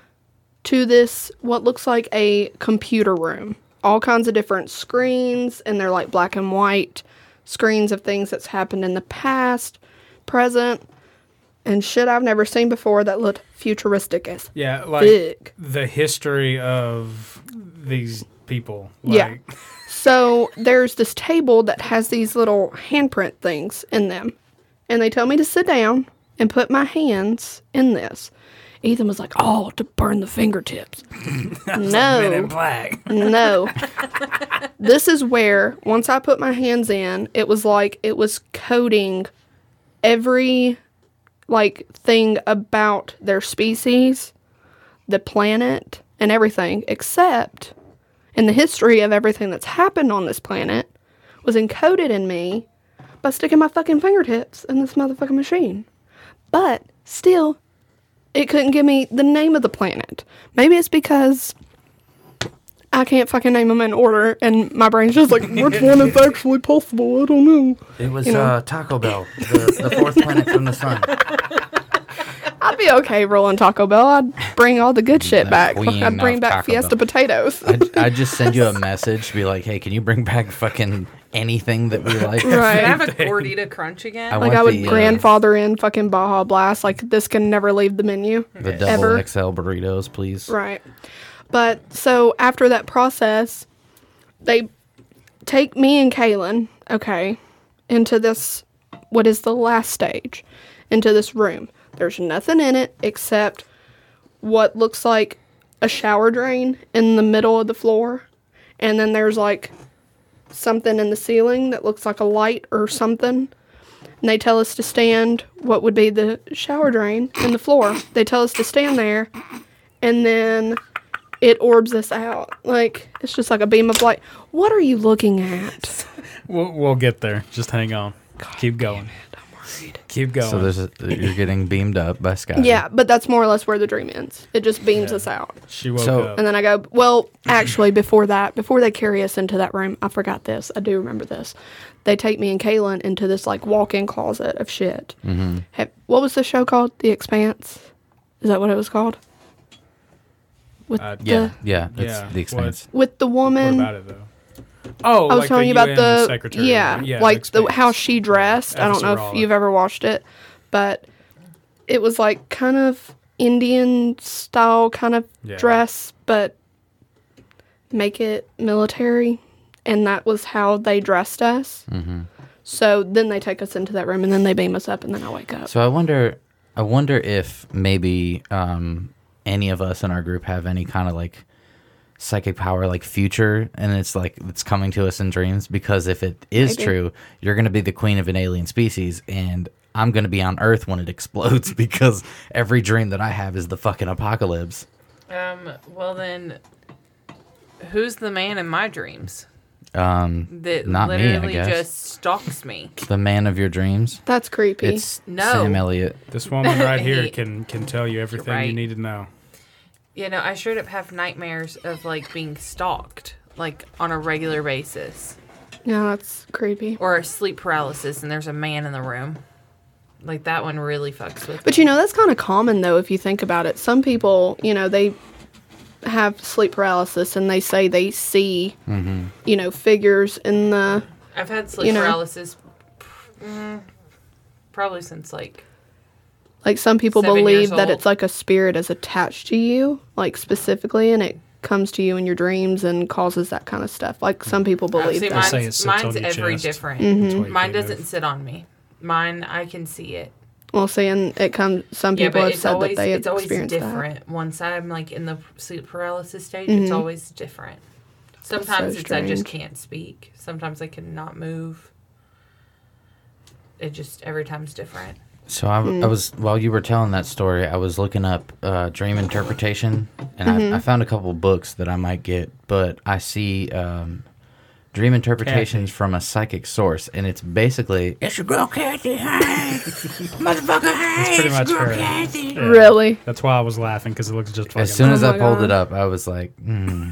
[SPEAKER 2] to this, what looks like a computer room. All kinds of different screens, and they're like black and white screens of things that's happened in the past, present, and shit I've never seen before that looked futuristic as
[SPEAKER 4] Yeah, like
[SPEAKER 2] Big.
[SPEAKER 4] the history of these people.
[SPEAKER 2] Yeah.
[SPEAKER 4] Like,
[SPEAKER 2] So there's this table that has these little handprint things in them. And they tell me to sit down and put my hands in this. Ethan was like, Oh, to burn the fingertips.
[SPEAKER 4] [laughs]
[SPEAKER 2] no. no. this is where once I put my hands in, it was like it was coding every like thing about their species, the planet, and everything except and the history of everything that's happened on this planet was encoded in me by sticking my fucking fingertips in this motherfucking machine. But still, it couldn't give me the name of the planet. Maybe it's because I can't fucking name them in order, and my brain's just like, which
[SPEAKER 1] [laughs]
[SPEAKER 2] one is actually possible? I don't know.
[SPEAKER 1] It was
[SPEAKER 2] You know.
[SPEAKER 1] uh, Taco Bell, the, the fourth planet from the sun.
[SPEAKER 2] I'd be okay rolling Taco Bell. I'd bring all the good shit
[SPEAKER 1] That
[SPEAKER 2] back.
[SPEAKER 1] queen
[SPEAKER 2] I'd bring
[SPEAKER 1] of
[SPEAKER 2] back
[SPEAKER 1] Taco
[SPEAKER 2] Fiesta
[SPEAKER 1] Bell.
[SPEAKER 2] potatoes.
[SPEAKER 1] I, I just send you a message, be like, "Hey, can you bring back fucking anything that we like?"
[SPEAKER 3] Can I
[SPEAKER 2] [laughs] right.
[SPEAKER 3] have a gordita crunch again?
[SPEAKER 1] I
[SPEAKER 2] Like
[SPEAKER 1] want
[SPEAKER 2] I would
[SPEAKER 1] the, uh,
[SPEAKER 2] grandfather in fucking Baja Blast. Like this can never leave the menu.
[SPEAKER 1] The double
[SPEAKER 2] Ever.
[SPEAKER 1] XL burritos, please.
[SPEAKER 2] Right. But so after that process, they take me and Kaylin, okay, into this, what is the last stage, into this room. There's nothing in it except what looks like a shower drain in the middle of the floor. And then there's like something in the ceiling that looks like a light or something. And they tell us to stand what would be the shower drain in the floor. They tell us to stand there and then it orbs us out. Like it's just like a beam of light. What are you looking at?
[SPEAKER 4] we'll, we'll get there. Just hang on. Keep going.
[SPEAKER 2] Don't worry.
[SPEAKER 4] Keep going.
[SPEAKER 1] So there's a, you're getting beamed up by Scotty.
[SPEAKER 2] Yeah, but that's more or less where the dream ends. It just beams us out.
[SPEAKER 4] she woke
[SPEAKER 1] so-
[SPEAKER 4] up.
[SPEAKER 2] And then I go, well, actually, before that, before they carry us into that room, I forgot this. I do remember this. They take me and Kaylin into this like walk-in closet of shit. Mm-hmm. what was the show called? The Expanse. Is that what it was called? With
[SPEAKER 4] Uh,
[SPEAKER 2] the
[SPEAKER 1] Yeah. Yeah. It's
[SPEAKER 4] Yeah,
[SPEAKER 1] the expense.
[SPEAKER 2] with the
[SPEAKER 4] What
[SPEAKER 2] woman.
[SPEAKER 4] about it though? Oh,
[SPEAKER 2] I was
[SPEAKER 4] like
[SPEAKER 2] telling you
[SPEAKER 4] the
[SPEAKER 2] about
[SPEAKER 4] UN
[SPEAKER 2] the
[SPEAKER 4] secretary.
[SPEAKER 2] yeah,
[SPEAKER 4] yeah
[SPEAKER 2] like the,
[SPEAKER 4] expanse.
[SPEAKER 2] how she dressed. I don't know
[SPEAKER 4] Efisarala.
[SPEAKER 2] if you've ever watched it, but it was like kind of Indian style kind of
[SPEAKER 4] Yeah.
[SPEAKER 2] dress, but make it military, and that was how they dressed us. Mm-hmm. So then they take us into that room, and then they beam us up, and then I wake up.
[SPEAKER 1] So I wonder, I wonder if maybe um, any of us in our group have any kind of like psychic power, like future, and it's like it's coming to us in dreams. Because if it is
[SPEAKER 2] Maybe.
[SPEAKER 1] true, you're going to be the queen of an alien species, and I'm going to be on Earth when it [laughs] explodes. Because every dream that I have is the fucking apocalypse.
[SPEAKER 3] Um, well then, who's the man in my dreams
[SPEAKER 1] Um,
[SPEAKER 3] that
[SPEAKER 1] Not me, I
[SPEAKER 3] literally
[SPEAKER 1] guess.
[SPEAKER 3] just stalks me?
[SPEAKER 1] the man of your dreams.
[SPEAKER 2] That's creepy.
[SPEAKER 1] It's
[SPEAKER 3] No.
[SPEAKER 1] Sam Elliott.
[SPEAKER 4] This woman right
[SPEAKER 2] [laughs]
[SPEAKER 4] here
[SPEAKER 3] He-
[SPEAKER 4] can can tell you everything you
[SPEAKER 3] right.
[SPEAKER 4] need to know.
[SPEAKER 3] You know, I straight up have nightmares of like being stalked, like on a regular basis,
[SPEAKER 2] no, that's creepy.
[SPEAKER 3] or sleep paralysis, and there's a man in the room. Like that one really fucks with.
[SPEAKER 2] But
[SPEAKER 3] me.
[SPEAKER 2] you know, that's kind of common though, if you think about it. Some people, you know, they have sleep paralysis and they say they see, you know, figures in the.
[SPEAKER 3] I've had sleep
[SPEAKER 2] you know.
[SPEAKER 3] paralysis, p- mm, probably since like
[SPEAKER 2] Like some people
[SPEAKER 3] Seven
[SPEAKER 2] believe
[SPEAKER 3] years
[SPEAKER 2] that
[SPEAKER 3] old.
[SPEAKER 2] it's like a spirit is attached to you, like specifically, and it comes to you in your dreams and causes that kind of stuff. Like some people believe
[SPEAKER 3] See,
[SPEAKER 2] that.
[SPEAKER 4] mine-
[SPEAKER 3] mine's,
[SPEAKER 4] say it sits
[SPEAKER 3] mine's
[SPEAKER 4] on your
[SPEAKER 3] every
[SPEAKER 4] chest.
[SPEAKER 3] different.
[SPEAKER 2] Mm-hmm.
[SPEAKER 4] That's why you
[SPEAKER 3] Mine
[SPEAKER 4] can't move.
[SPEAKER 3] doesn't sit on me. Mine, I can see it.
[SPEAKER 2] Well, see, and it comes. Some
[SPEAKER 3] Yeah,
[SPEAKER 2] people
[SPEAKER 3] but
[SPEAKER 2] have
[SPEAKER 3] it's
[SPEAKER 2] said that
[SPEAKER 3] always
[SPEAKER 2] they
[SPEAKER 3] it's
[SPEAKER 2] have
[SPEAKER 3] always
[SPEAKER 2] experienced that.
[SPEAKER 3] different. Once I'm like in the sleep paralysis stage, it's always different. Sometimes it's I
[SPEAKER 2] Mm-hmm.
[SPEAKER 3] just
[SPEAKER 2] strange.
[SPEAKER 3] can't speak. Sometimes I cannot move. It just every time's different.
[SPEAKER 1] So I, I was while you were telling that story, I was looking up uh, dream interpretation, and I, I found a couple books that I might get. But I see um, dream interpretations from a psychic source, and it's basically it's your girl Kathy, [laughs] hey, motherfucker, hey,
[SPEAKER 4] pretty
[SPEAKER 1] it's your
[SPEAKER 4] much
[SPEAKER 1] girl
[SPEAKER 4] her.
[SPEAKER 1] Kathy.
[SPEAKER 2] Really?
[SPEAKER 4] That's why I was laughing because it looks just fucking.
[SPEAKER 1] As soon as
[SPEAKER 2] Oh
[SPEAKER 1] I
[SPEAKER 2] my
[SPEAKER 1] pulled
[SPEAKER 2] God.
[SPEAKER 1] it up, I was like, hmm.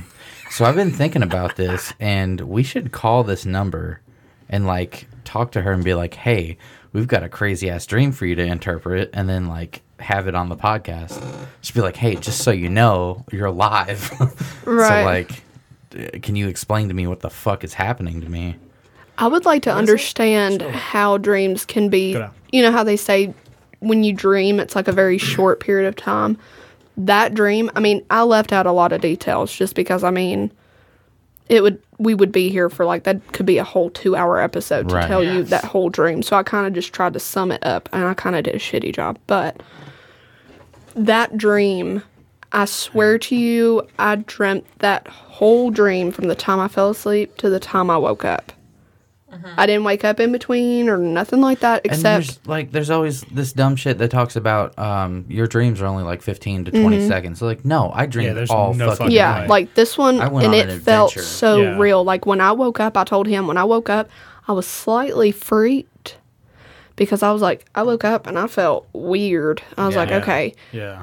[SPEAKER 1] So I've been thinking about this, and we should call this number and like talk to her and be like, hey, we've got a crazy ass dream for you to interpret, and then like have it on the podcast. Just be like, hey, just so you know, you're alive. [laughs]
[SPEAKER 2] Right.
[SPEAKER 1] So, like, d- can you explain to me what the fuck is happening to me?
[SPEAKER 2] I would like to understand how dreams can be.
[SPEAKER 4] Good eye.
[SPEAKER 2] You know how they say when you dream, it's like a
[SPEAKER 4] [clears throat]
[SPEAKER 2] very short period of time. That dream, I mean, I left out a lot of details just because, I mean, it would we would be here for like that could be a whole two hour episode to
[SPEAKER 1] Right.
[SPEAKER 2] tell you that whole dream. So I kind of just tried to sum it up, and I kind of did a shitty job, but that dream, I swear to you, I dreamt that whole dream from the time I fell asleep to the time I woke up. I didn't wake up in between or nothing like that
[SPEAKER 1] And
[SPEAKER 2] except
[SPEAKER 1] there's like, there's always this dumb shit that talks about um, your dreams are only like 15 to 20 seconds. So, like, no, I dream
[SPEAKER 4] there's
[SPEAKER 1] all
[SPEAKER 4] no
[SPEAKER 1] fucking
[SPEAKER 4] fucking
[SPEAKER 1] night.
[SPEAKER 2] Mm-hmm. yeah,
[SPEAKER 4] Right.
[SPEAKER 2] like this one
[SPEAKER 1] I went
[SPEAKER 2] and
[SPEAKER 1] on
[SPEAKER 2] it
[SPEAKER 1] an
[SPEAKER 2] felt
[SPEAKER 1] adventure.
[SPEAKER 2] so
[SPEAKER 4] Yeah.
[SPEAKER 2] real. Like when I woke up, I told him when I woke up, I was slightly freaked because I was like I woke up and I felt weird. I was
[SPEAKER 1] Yeah.
[SPEAKER 2] like,
[SPEAKER 4] Yeah.
[SPEAKER 2] okay,
[SPEAKER 4] Yeah.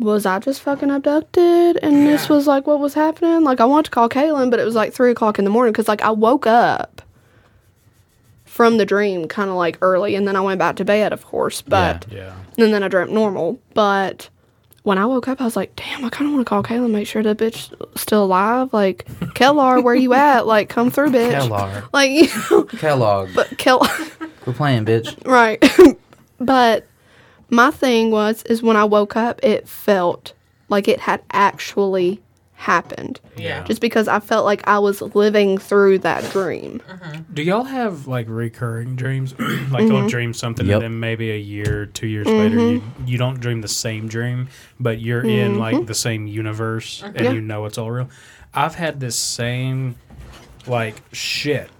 [SPEAKER 2] was I just fucking abducted? And this was like what was happening. Like I wanted to call Kaylin, but it was like three o'clock in the morning because like I woke up from the dream kind of like early, and then I went back to bed, of course. But
[SPEAKER 4] Yeah.
[SPEAKER 2] and then I dreamt normal. But when I woke up, I was like, damn, I kind of want to call Kaylin, make sure that bitch still alive. Like Kellar, where you at? Like come through, bitch.
[SPEAKER 1] Kellar.
[SPEAKER 2] Like [laughs] you know,
[SPEAKER 1] Kellogg.
[SPEAKER 2] Kel.
[SPEAKER 1] We're playing, bitch.
[SPEAKER 2] right [laughs] but my thing was is when i woke up it felt like it had actually happened
[SPEAKER 3] Yeah.
[SPEAKER 2] just because i felt like i was living through that dream
[SPEAKER 4] Do y'all have like recurring dreams? [clears throat] like you'll dream something
[SPEAKER 1] Yep.
[SPEAKER 4] and then maybe a year, two years later, you, you don't dream the same dream, but you're in like the same universe and
[SPEAKER 2] Yeah.
[SPEAKER 4] you know it's all real. I've had this same like shit.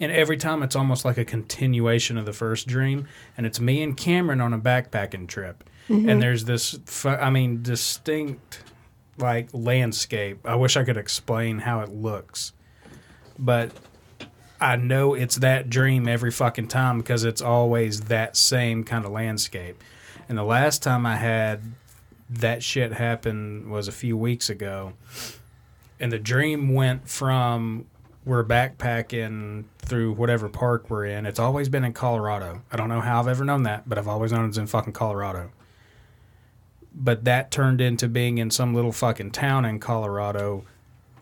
[SPEAKER 4] And every time it's almost like a continuation of the first dream. And it's me and Cameron on a backpacking trip. And there's this, fu- I mean, distinct like landscape. I wish I could explain how it looks. But I know it's that dream every fucking time because it's always that same kind of landscape. And the last time I had that shit happen was a few weeks ago. And the dream went from we're backpacking through whatever park we're in. It's always been in Colorado. I don't know how I've ever known that, but I've always known it's in fucking Colorado. But that turned into being in some little fucking town in Colorado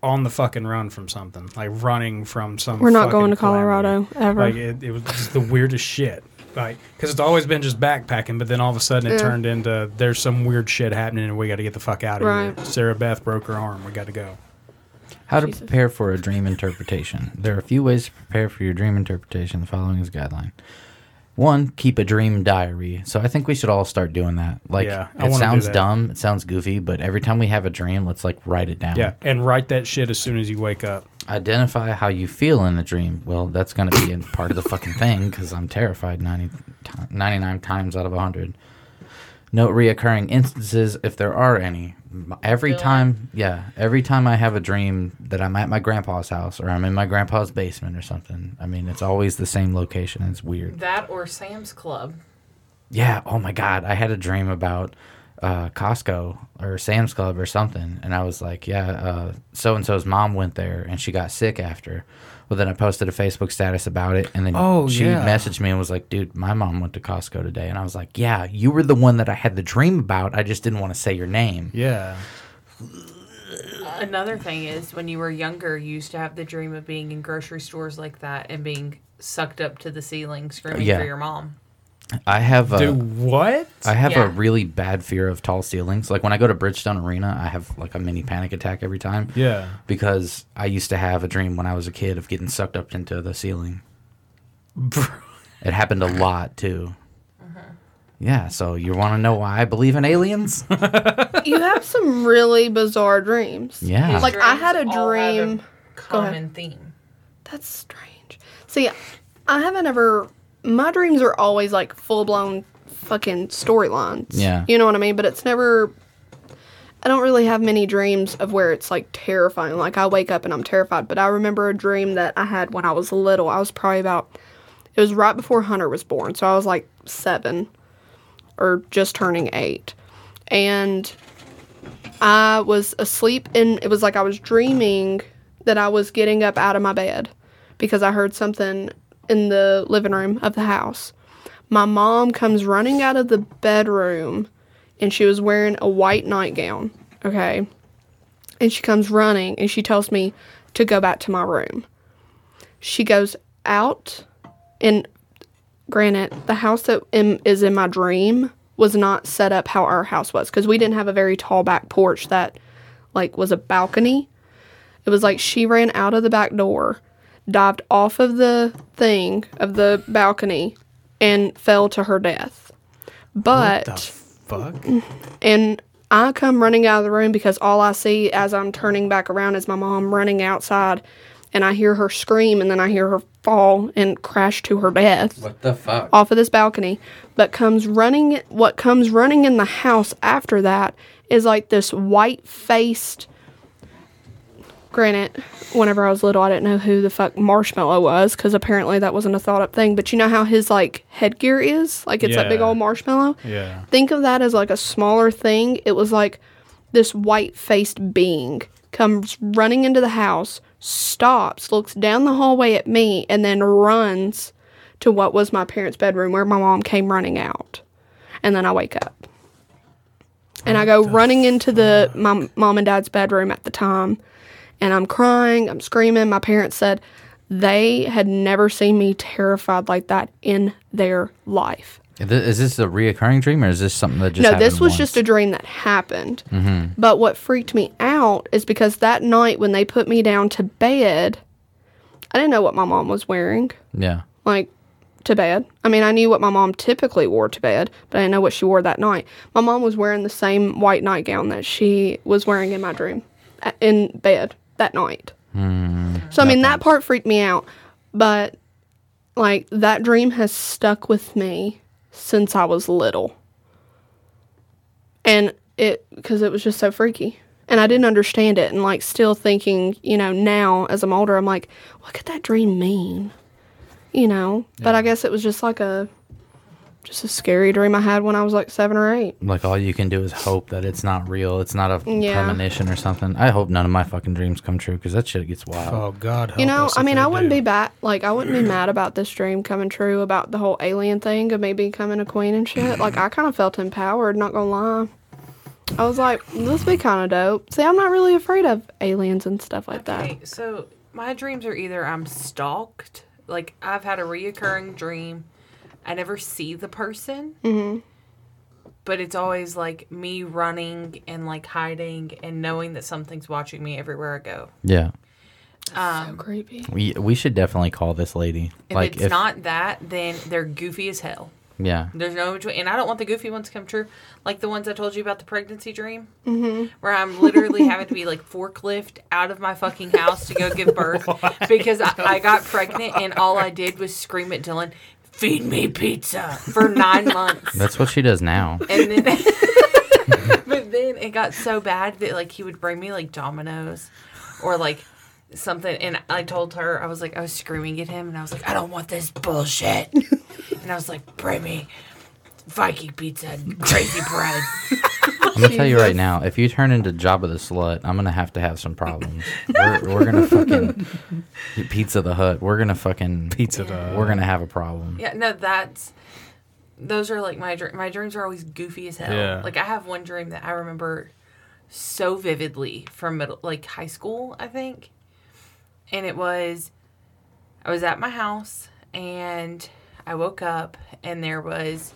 [SPEAKER 4] on the fucking run from something, like running from some.
[SPEAKER 2] We're not
[SPEAKER 4] fucking
[SPEAKER 2] going to
[SPEAKER 4] calamity.
[SPEAKER 2] Colorado ever.
[SPEAKER 4] Like it, it was just the weirdest shit. Like, because it's always been just backpacking, but then all of a sudden it
[SPEAKER 2] Yeah.
[SPEAKER 4] turned into there's some weird shit happening and we got to get the fuck out of here.
[SPEAKER 2] Right.
[SPEAKER 4] Sarah Beth broke her arm. We got to go.
[SPEAKER 1] How to
[SPEAKER 2] Jesus.
[SPEAKER 1] prepare for a dream interpretation. There are a few ways to prepare for your dream interpretation. The following is guideline. One, keep a dream diary. So I think we should all start doing that. Like
[SPEAKER 4] Yeah, I
[SPEAKER 1] it
[SPEAKER 4] wanna do
[SPEAKER 1] sounds
[SPEAKER 4] that.
[SPEAKER 1] dumb, it sounds goofy, but every time we have a dream, let's like write it down.
[SPEAKER 4] Yeah. And write that shit as soon as you wake up.
[SPEAKER 1] Identify how you feel in the dream. Well, that's going to be a part of the fucking thing because I'm terrified 90, ti 99 times out of 100. Note reoccurring instances if there are any. M- Every time, yeah, every time I have a dream that I'm at my grandpa's house or I'm in my grandpa's basement or something, I mean, it's always the same location. It's weird.
[SPEAKER 3] That or Sam's Club.
[SPEAKER 1] Yeah. Oh my God. I had a dream about uh, Costco or Sam's Club or something, and I was like, "Yeah, so and so's mom went there, and she got sick after." Well, then I posted a Facebook status about it, and then
[SPEAKER 4] Oh,
[SPEAKER 1] she
[SPEAKER 4] yeah.
[SPEAKER 1] messaged me and was like, "Dude, my mom went to Costco today," and I was like, "Yeah, you were the one that I had the dream about. I just didn't want to say your name."
[SPEAKER 4] Yeah.
[SPEAKER 3] Another thing is when you were younger, you used to have the dream of being in grocery stores like that and being sucked up to the ceiling screaming
[SPEAKER 1] Yeah.
[SPEAKER 3] for your mom.
[SPEAKER 1] I have a.
[SPEAKER 4] Do what?
[SPEAKER 1] I have
[SPEAKER 3] Yeah.
[SPEAKER 1] a really bad fear of tall ceilings. Like when I go to Bridgestone Arena, I have like a mini panic attack every time.
[SPEAKER 4] yeah.
[SPEAKER 1] because I used to have a dream when I was a kid of getting sucked up into the [laughs] ceiling. It happened a lot too. Uh-huh. Yeah, so you want to know why I believe in aliens? [laughs]
[SPEAKER 2] you have some really bizarre dreams.
[SPEAKER 1] Yeah.
[SPEAKER 2] Like I had a
[SPEAKER 3] Dreams all have a
[SPEAKER 2] dream.
[SPEAKER 3] common theme.
[SPEAKER 2] That's strange. See, I haven't ever. My dreams are always like full blown fucking storylines.
[SPEAKER 1] Yeah.
[SPEAKER 2] You know what I mean? But it's never. I don't really have many dreams of where it's like terrifying. Like I wake up and I'm terrified. But I remember a dream that I had when I was little. I was probably about. It was right before Hunter was born. So I was like seven or just turning eight. And I was asleep and it was like I was dreaming that I was getting up out of my bed because I heard something in the living room of the house. My mom comes running out of the bedroom and she was wearing a white nightgown, okay? And she comes running and she tells me to go back to my room. She goes out and granted, the house that in, is in my dream was not set up how our house was because we didn't have a very tall back porch that like was a balcony. It was like she ran out of the back door, dived off of the thing of the balcony, and fell to her death. But
[SPEAKER 4] The fuck?
[SPEAKER 2] and I come running out of the room because all I see as I'm turning back around is my mom running outside, and I hear her scream, and then I hear her fall and crash to her death
[SPEAKER 1] What the fuck?
[SPEAKER 2] off of this balcony but comes running what comes running in the house after that is like this white faced granted whenever i was little i didn't know who the fuck marshmallow was because apparently that wasn't a thought up thing but you know how his like headgear is like it's that big
[SPEAKER 4] Yeah.
[SPEAKER 2] old marshmallow
[SPEAKER 4] Yeah.
[SPEAKER 2] think of that as like a smaller thing. It was like this white faced being comes running into the house, stops, looks down the hallway at me, and then runs to what was my parents' bedroom where my mom came running out. And then I wake up. And I go running into the my mom and dad's bedroom at the time and I'm crying, I'm screaming. My parents said they had never seen me terrified like that in their life
[SPEAKER 1] Is this a reoccurring dream or is this something that just
[SPEAKER 2] no, this
[SPEAKER 1] happened
[SPEAKER 2] was
[SPEAKER 1] once? Mm-hmm.
[SPEAKER 2] just a dream that happened. But what freaked me out is because that night when they put me down to bed, I didn't know what my mom was wearing,
[SPEAKER 1] yeah.
[SPEAKER 2] like to bed. I mean, I knew what my mom typically wore to bed, but I didn't know what she wore that night. My mom was wearing the same white nightgown that she was wearing in my dream a- in bed that night. so, I mean, Hmm. that part freaked me out, but like that dream has stuck with me since I was little and it because it was just so freaky And I didn't understand it. And like still thinking, you know, now as I'm older, I'm like, what could that dream mean? You know? But I guess it was just like a just a scary dream I had when I was like seven or eight.
[SPEAKER 1] Like all you can do is hope that it's not real. It's not a
[SPEAKER 2] Yeah.
[SPEAKER 1] premonition or something. I hope none of my fucking dreams come true because that shit gets wild.
[SPEAKER 4] Oh God, help
[SPEAKER 2] You know,
[SPEAKER 4] us
[SPEAKER 2] I
[SPEAKER 4] if
[SPEAKER 2] mean,
[SPEAKER 4] they
[SPEAKER 2] I wouldn't
[SPEAKER 4] do.
[SPEAKER 2] be bad. Like, I wouldn't be mad about this dream coming true about the whole alien thing of me becoming a queen and shit. Like, I kind of felt empowered. Not gonna lie, I was like, this be kind of dope. See, I'm not really afraid of aliens and stuff like
[SPEAKER 5] Okay, so my dreams are either I'm stalked, like I've had a reoccurring dream. I never see the person, mm-hmm. but it's always like me running and like hiding and knowing that something's watching me everywhere I go.
[SPEAKER 1] Yeah.
[SPEAKER 2] that. So creepy.
[SPEAKER 1] We, we should definitely call this lady.
[SPEAKER 5] If
[SPEAKER 1] like
[SPEAKER 5] it's not that, then they're goofy as hell.
[SPEAKER 1] Yeah.
[SPEAKER 5] There's no in between, and I don't want the goofy ones to come true, like the ones I told you about the pregnancy dream, mm-hmm. where I'm literally having to be like forklift out of my fucking house to go give birth because I, I got pregnant and all I did was scream at Dylan, "Feed me pizza" for nine months,
[SPEAKER 1] That's what she does now.
[SPEAKER 5] and then. [laughs] but then it got so bad that like he would bring me like Dominoes, or like something, and I told her I was like I was screaming at him, and I was like I don't want this bullshit, and I was like bring me Viking pizza, and crazy bread.
[SPEAKER 1] I'm gonna tell you right now, if you turn into Jabba the Slut, I'm gonna have to have some problems. we're, we're gonna [laughs] fucking Pizza the Hut. We're gonna fucking
[SPEAKER 4] Pizza Hut.
[SPEAKER 1] We're gonna have a problem.
[SPEAKER 5] yeah, no, that's those are like my dream. My dreams are always goofy as hell.
[SPEAKER 4] Yeah.
[SPEAKER 5] Like I have one dream that I remember so vividly from middle, like high school, I think, and it was I was at my house and I woke up and there was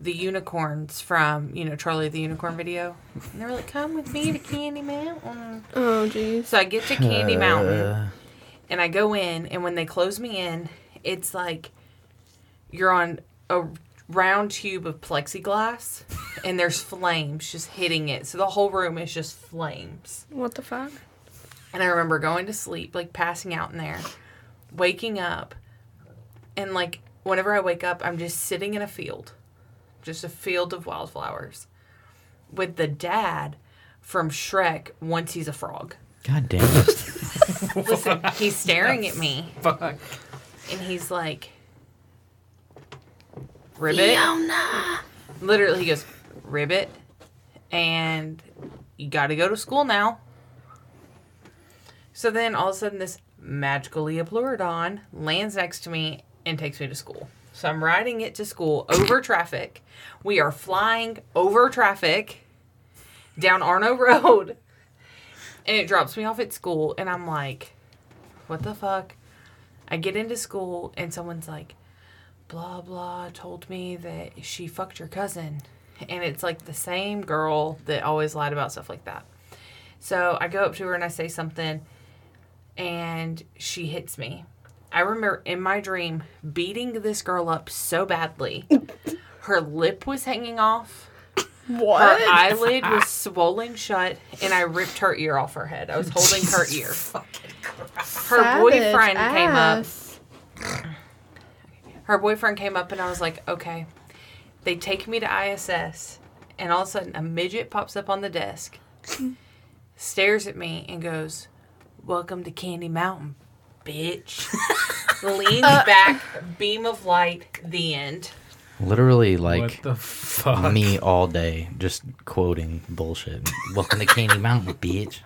[SPEAKER 5] the unicorns from you know Charlie the Unicorn video, and they were like, "Come with me to Candy Mountain."
[SPEAKER 2] Oh, jeez.
[SPEAKER 5] So I get to Candy Mountain and I go in, and when they close me in, it's like you're on a round tube of plexiglass and there's flames just hitting it. So the whole room is just flames.
[SPEAKER 2] What the fuck?
[SPEAKER 5] And I remember going to sleep, like passing out in there, waking up, and like whenever I wake up, I'm just sitting in a field, just a field of wildflowers with the dad from Shrek once he's a frog.
[SPEAKER 1] God damn it.
[SPEAKER 5] [laughs] Listen, he's staring at me. Fuck. And he's like, Ribbit. Literally, he goes, Ribbit. And you got to go to school now. So then all of a sudden, this magical Leopleurodon lands next to me and takes me to school. So I'm riding it to school [coughs] over traffic. We are flying over traffic down Arno [laughs] Road and it drops me off at school and i'm like what the fuck i get into school and someone's like blah blah told me that she fucked your cousin and it's like the same girl that always lied about stuff like that so i go up to her and i say something and she hits me i remember in my dream beating this girl up so badly her lip was hanging off her
[SPEAKER 2] What?
[SPEAKER 5] eyelid was swollen shut, and I ripped her ear off her head. I was holding her ear. Her boyfriend came up. Her boyfriend came up, and I was like, okay. They take me to ISS, and all of a sudden, a midget pops up on the desk, stares at me, and goes, Welcome to Candy Mountain, bitch. Leans back, beam of light, the end.
[SPEAKER 1] Literally
[SPEAKER 4] What
[SPEAKER 1] like
[SPEAKER 4] the fuck?
[SPEAKER 1] me all day, just quoting bullshit. Welcome to Candy Mountain, bitch.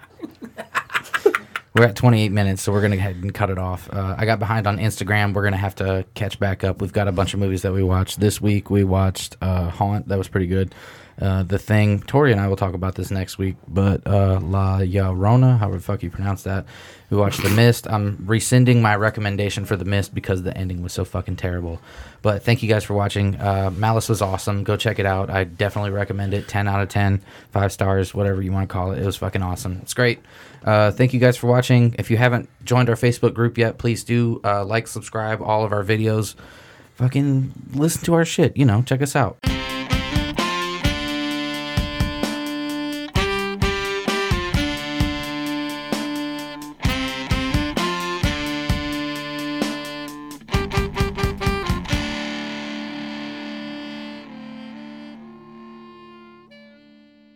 [SPEAKER 1] We're at 28 minutes, so we're gonna head and cut it off. Uh, I got behind on Instagram. We're gonna have to catch back up. We've got a bunch of movies that we watched this week. We watched uh, Haunt. That was pretty good. Uh, the Thing. Tori and I will talk about this next week. But uh, La Llorona, however the fuck you pronounce that. We watched The Mist. I'm rescinding my recommendation for The Mist because the ending was so fucking terrible. But thank you guys for watching. Uh, Malice was awesome. Go check it out. I definitely recommend it. 10 out of 10, five stars, whatever you want to call it. It was fucking awesome. It's great. Uh, thank you guys for watching. If you haven't joined our Facebook group yet, please do uh, like, subscribe, all of our videos. Fucking listen to our shit. You know, check us out.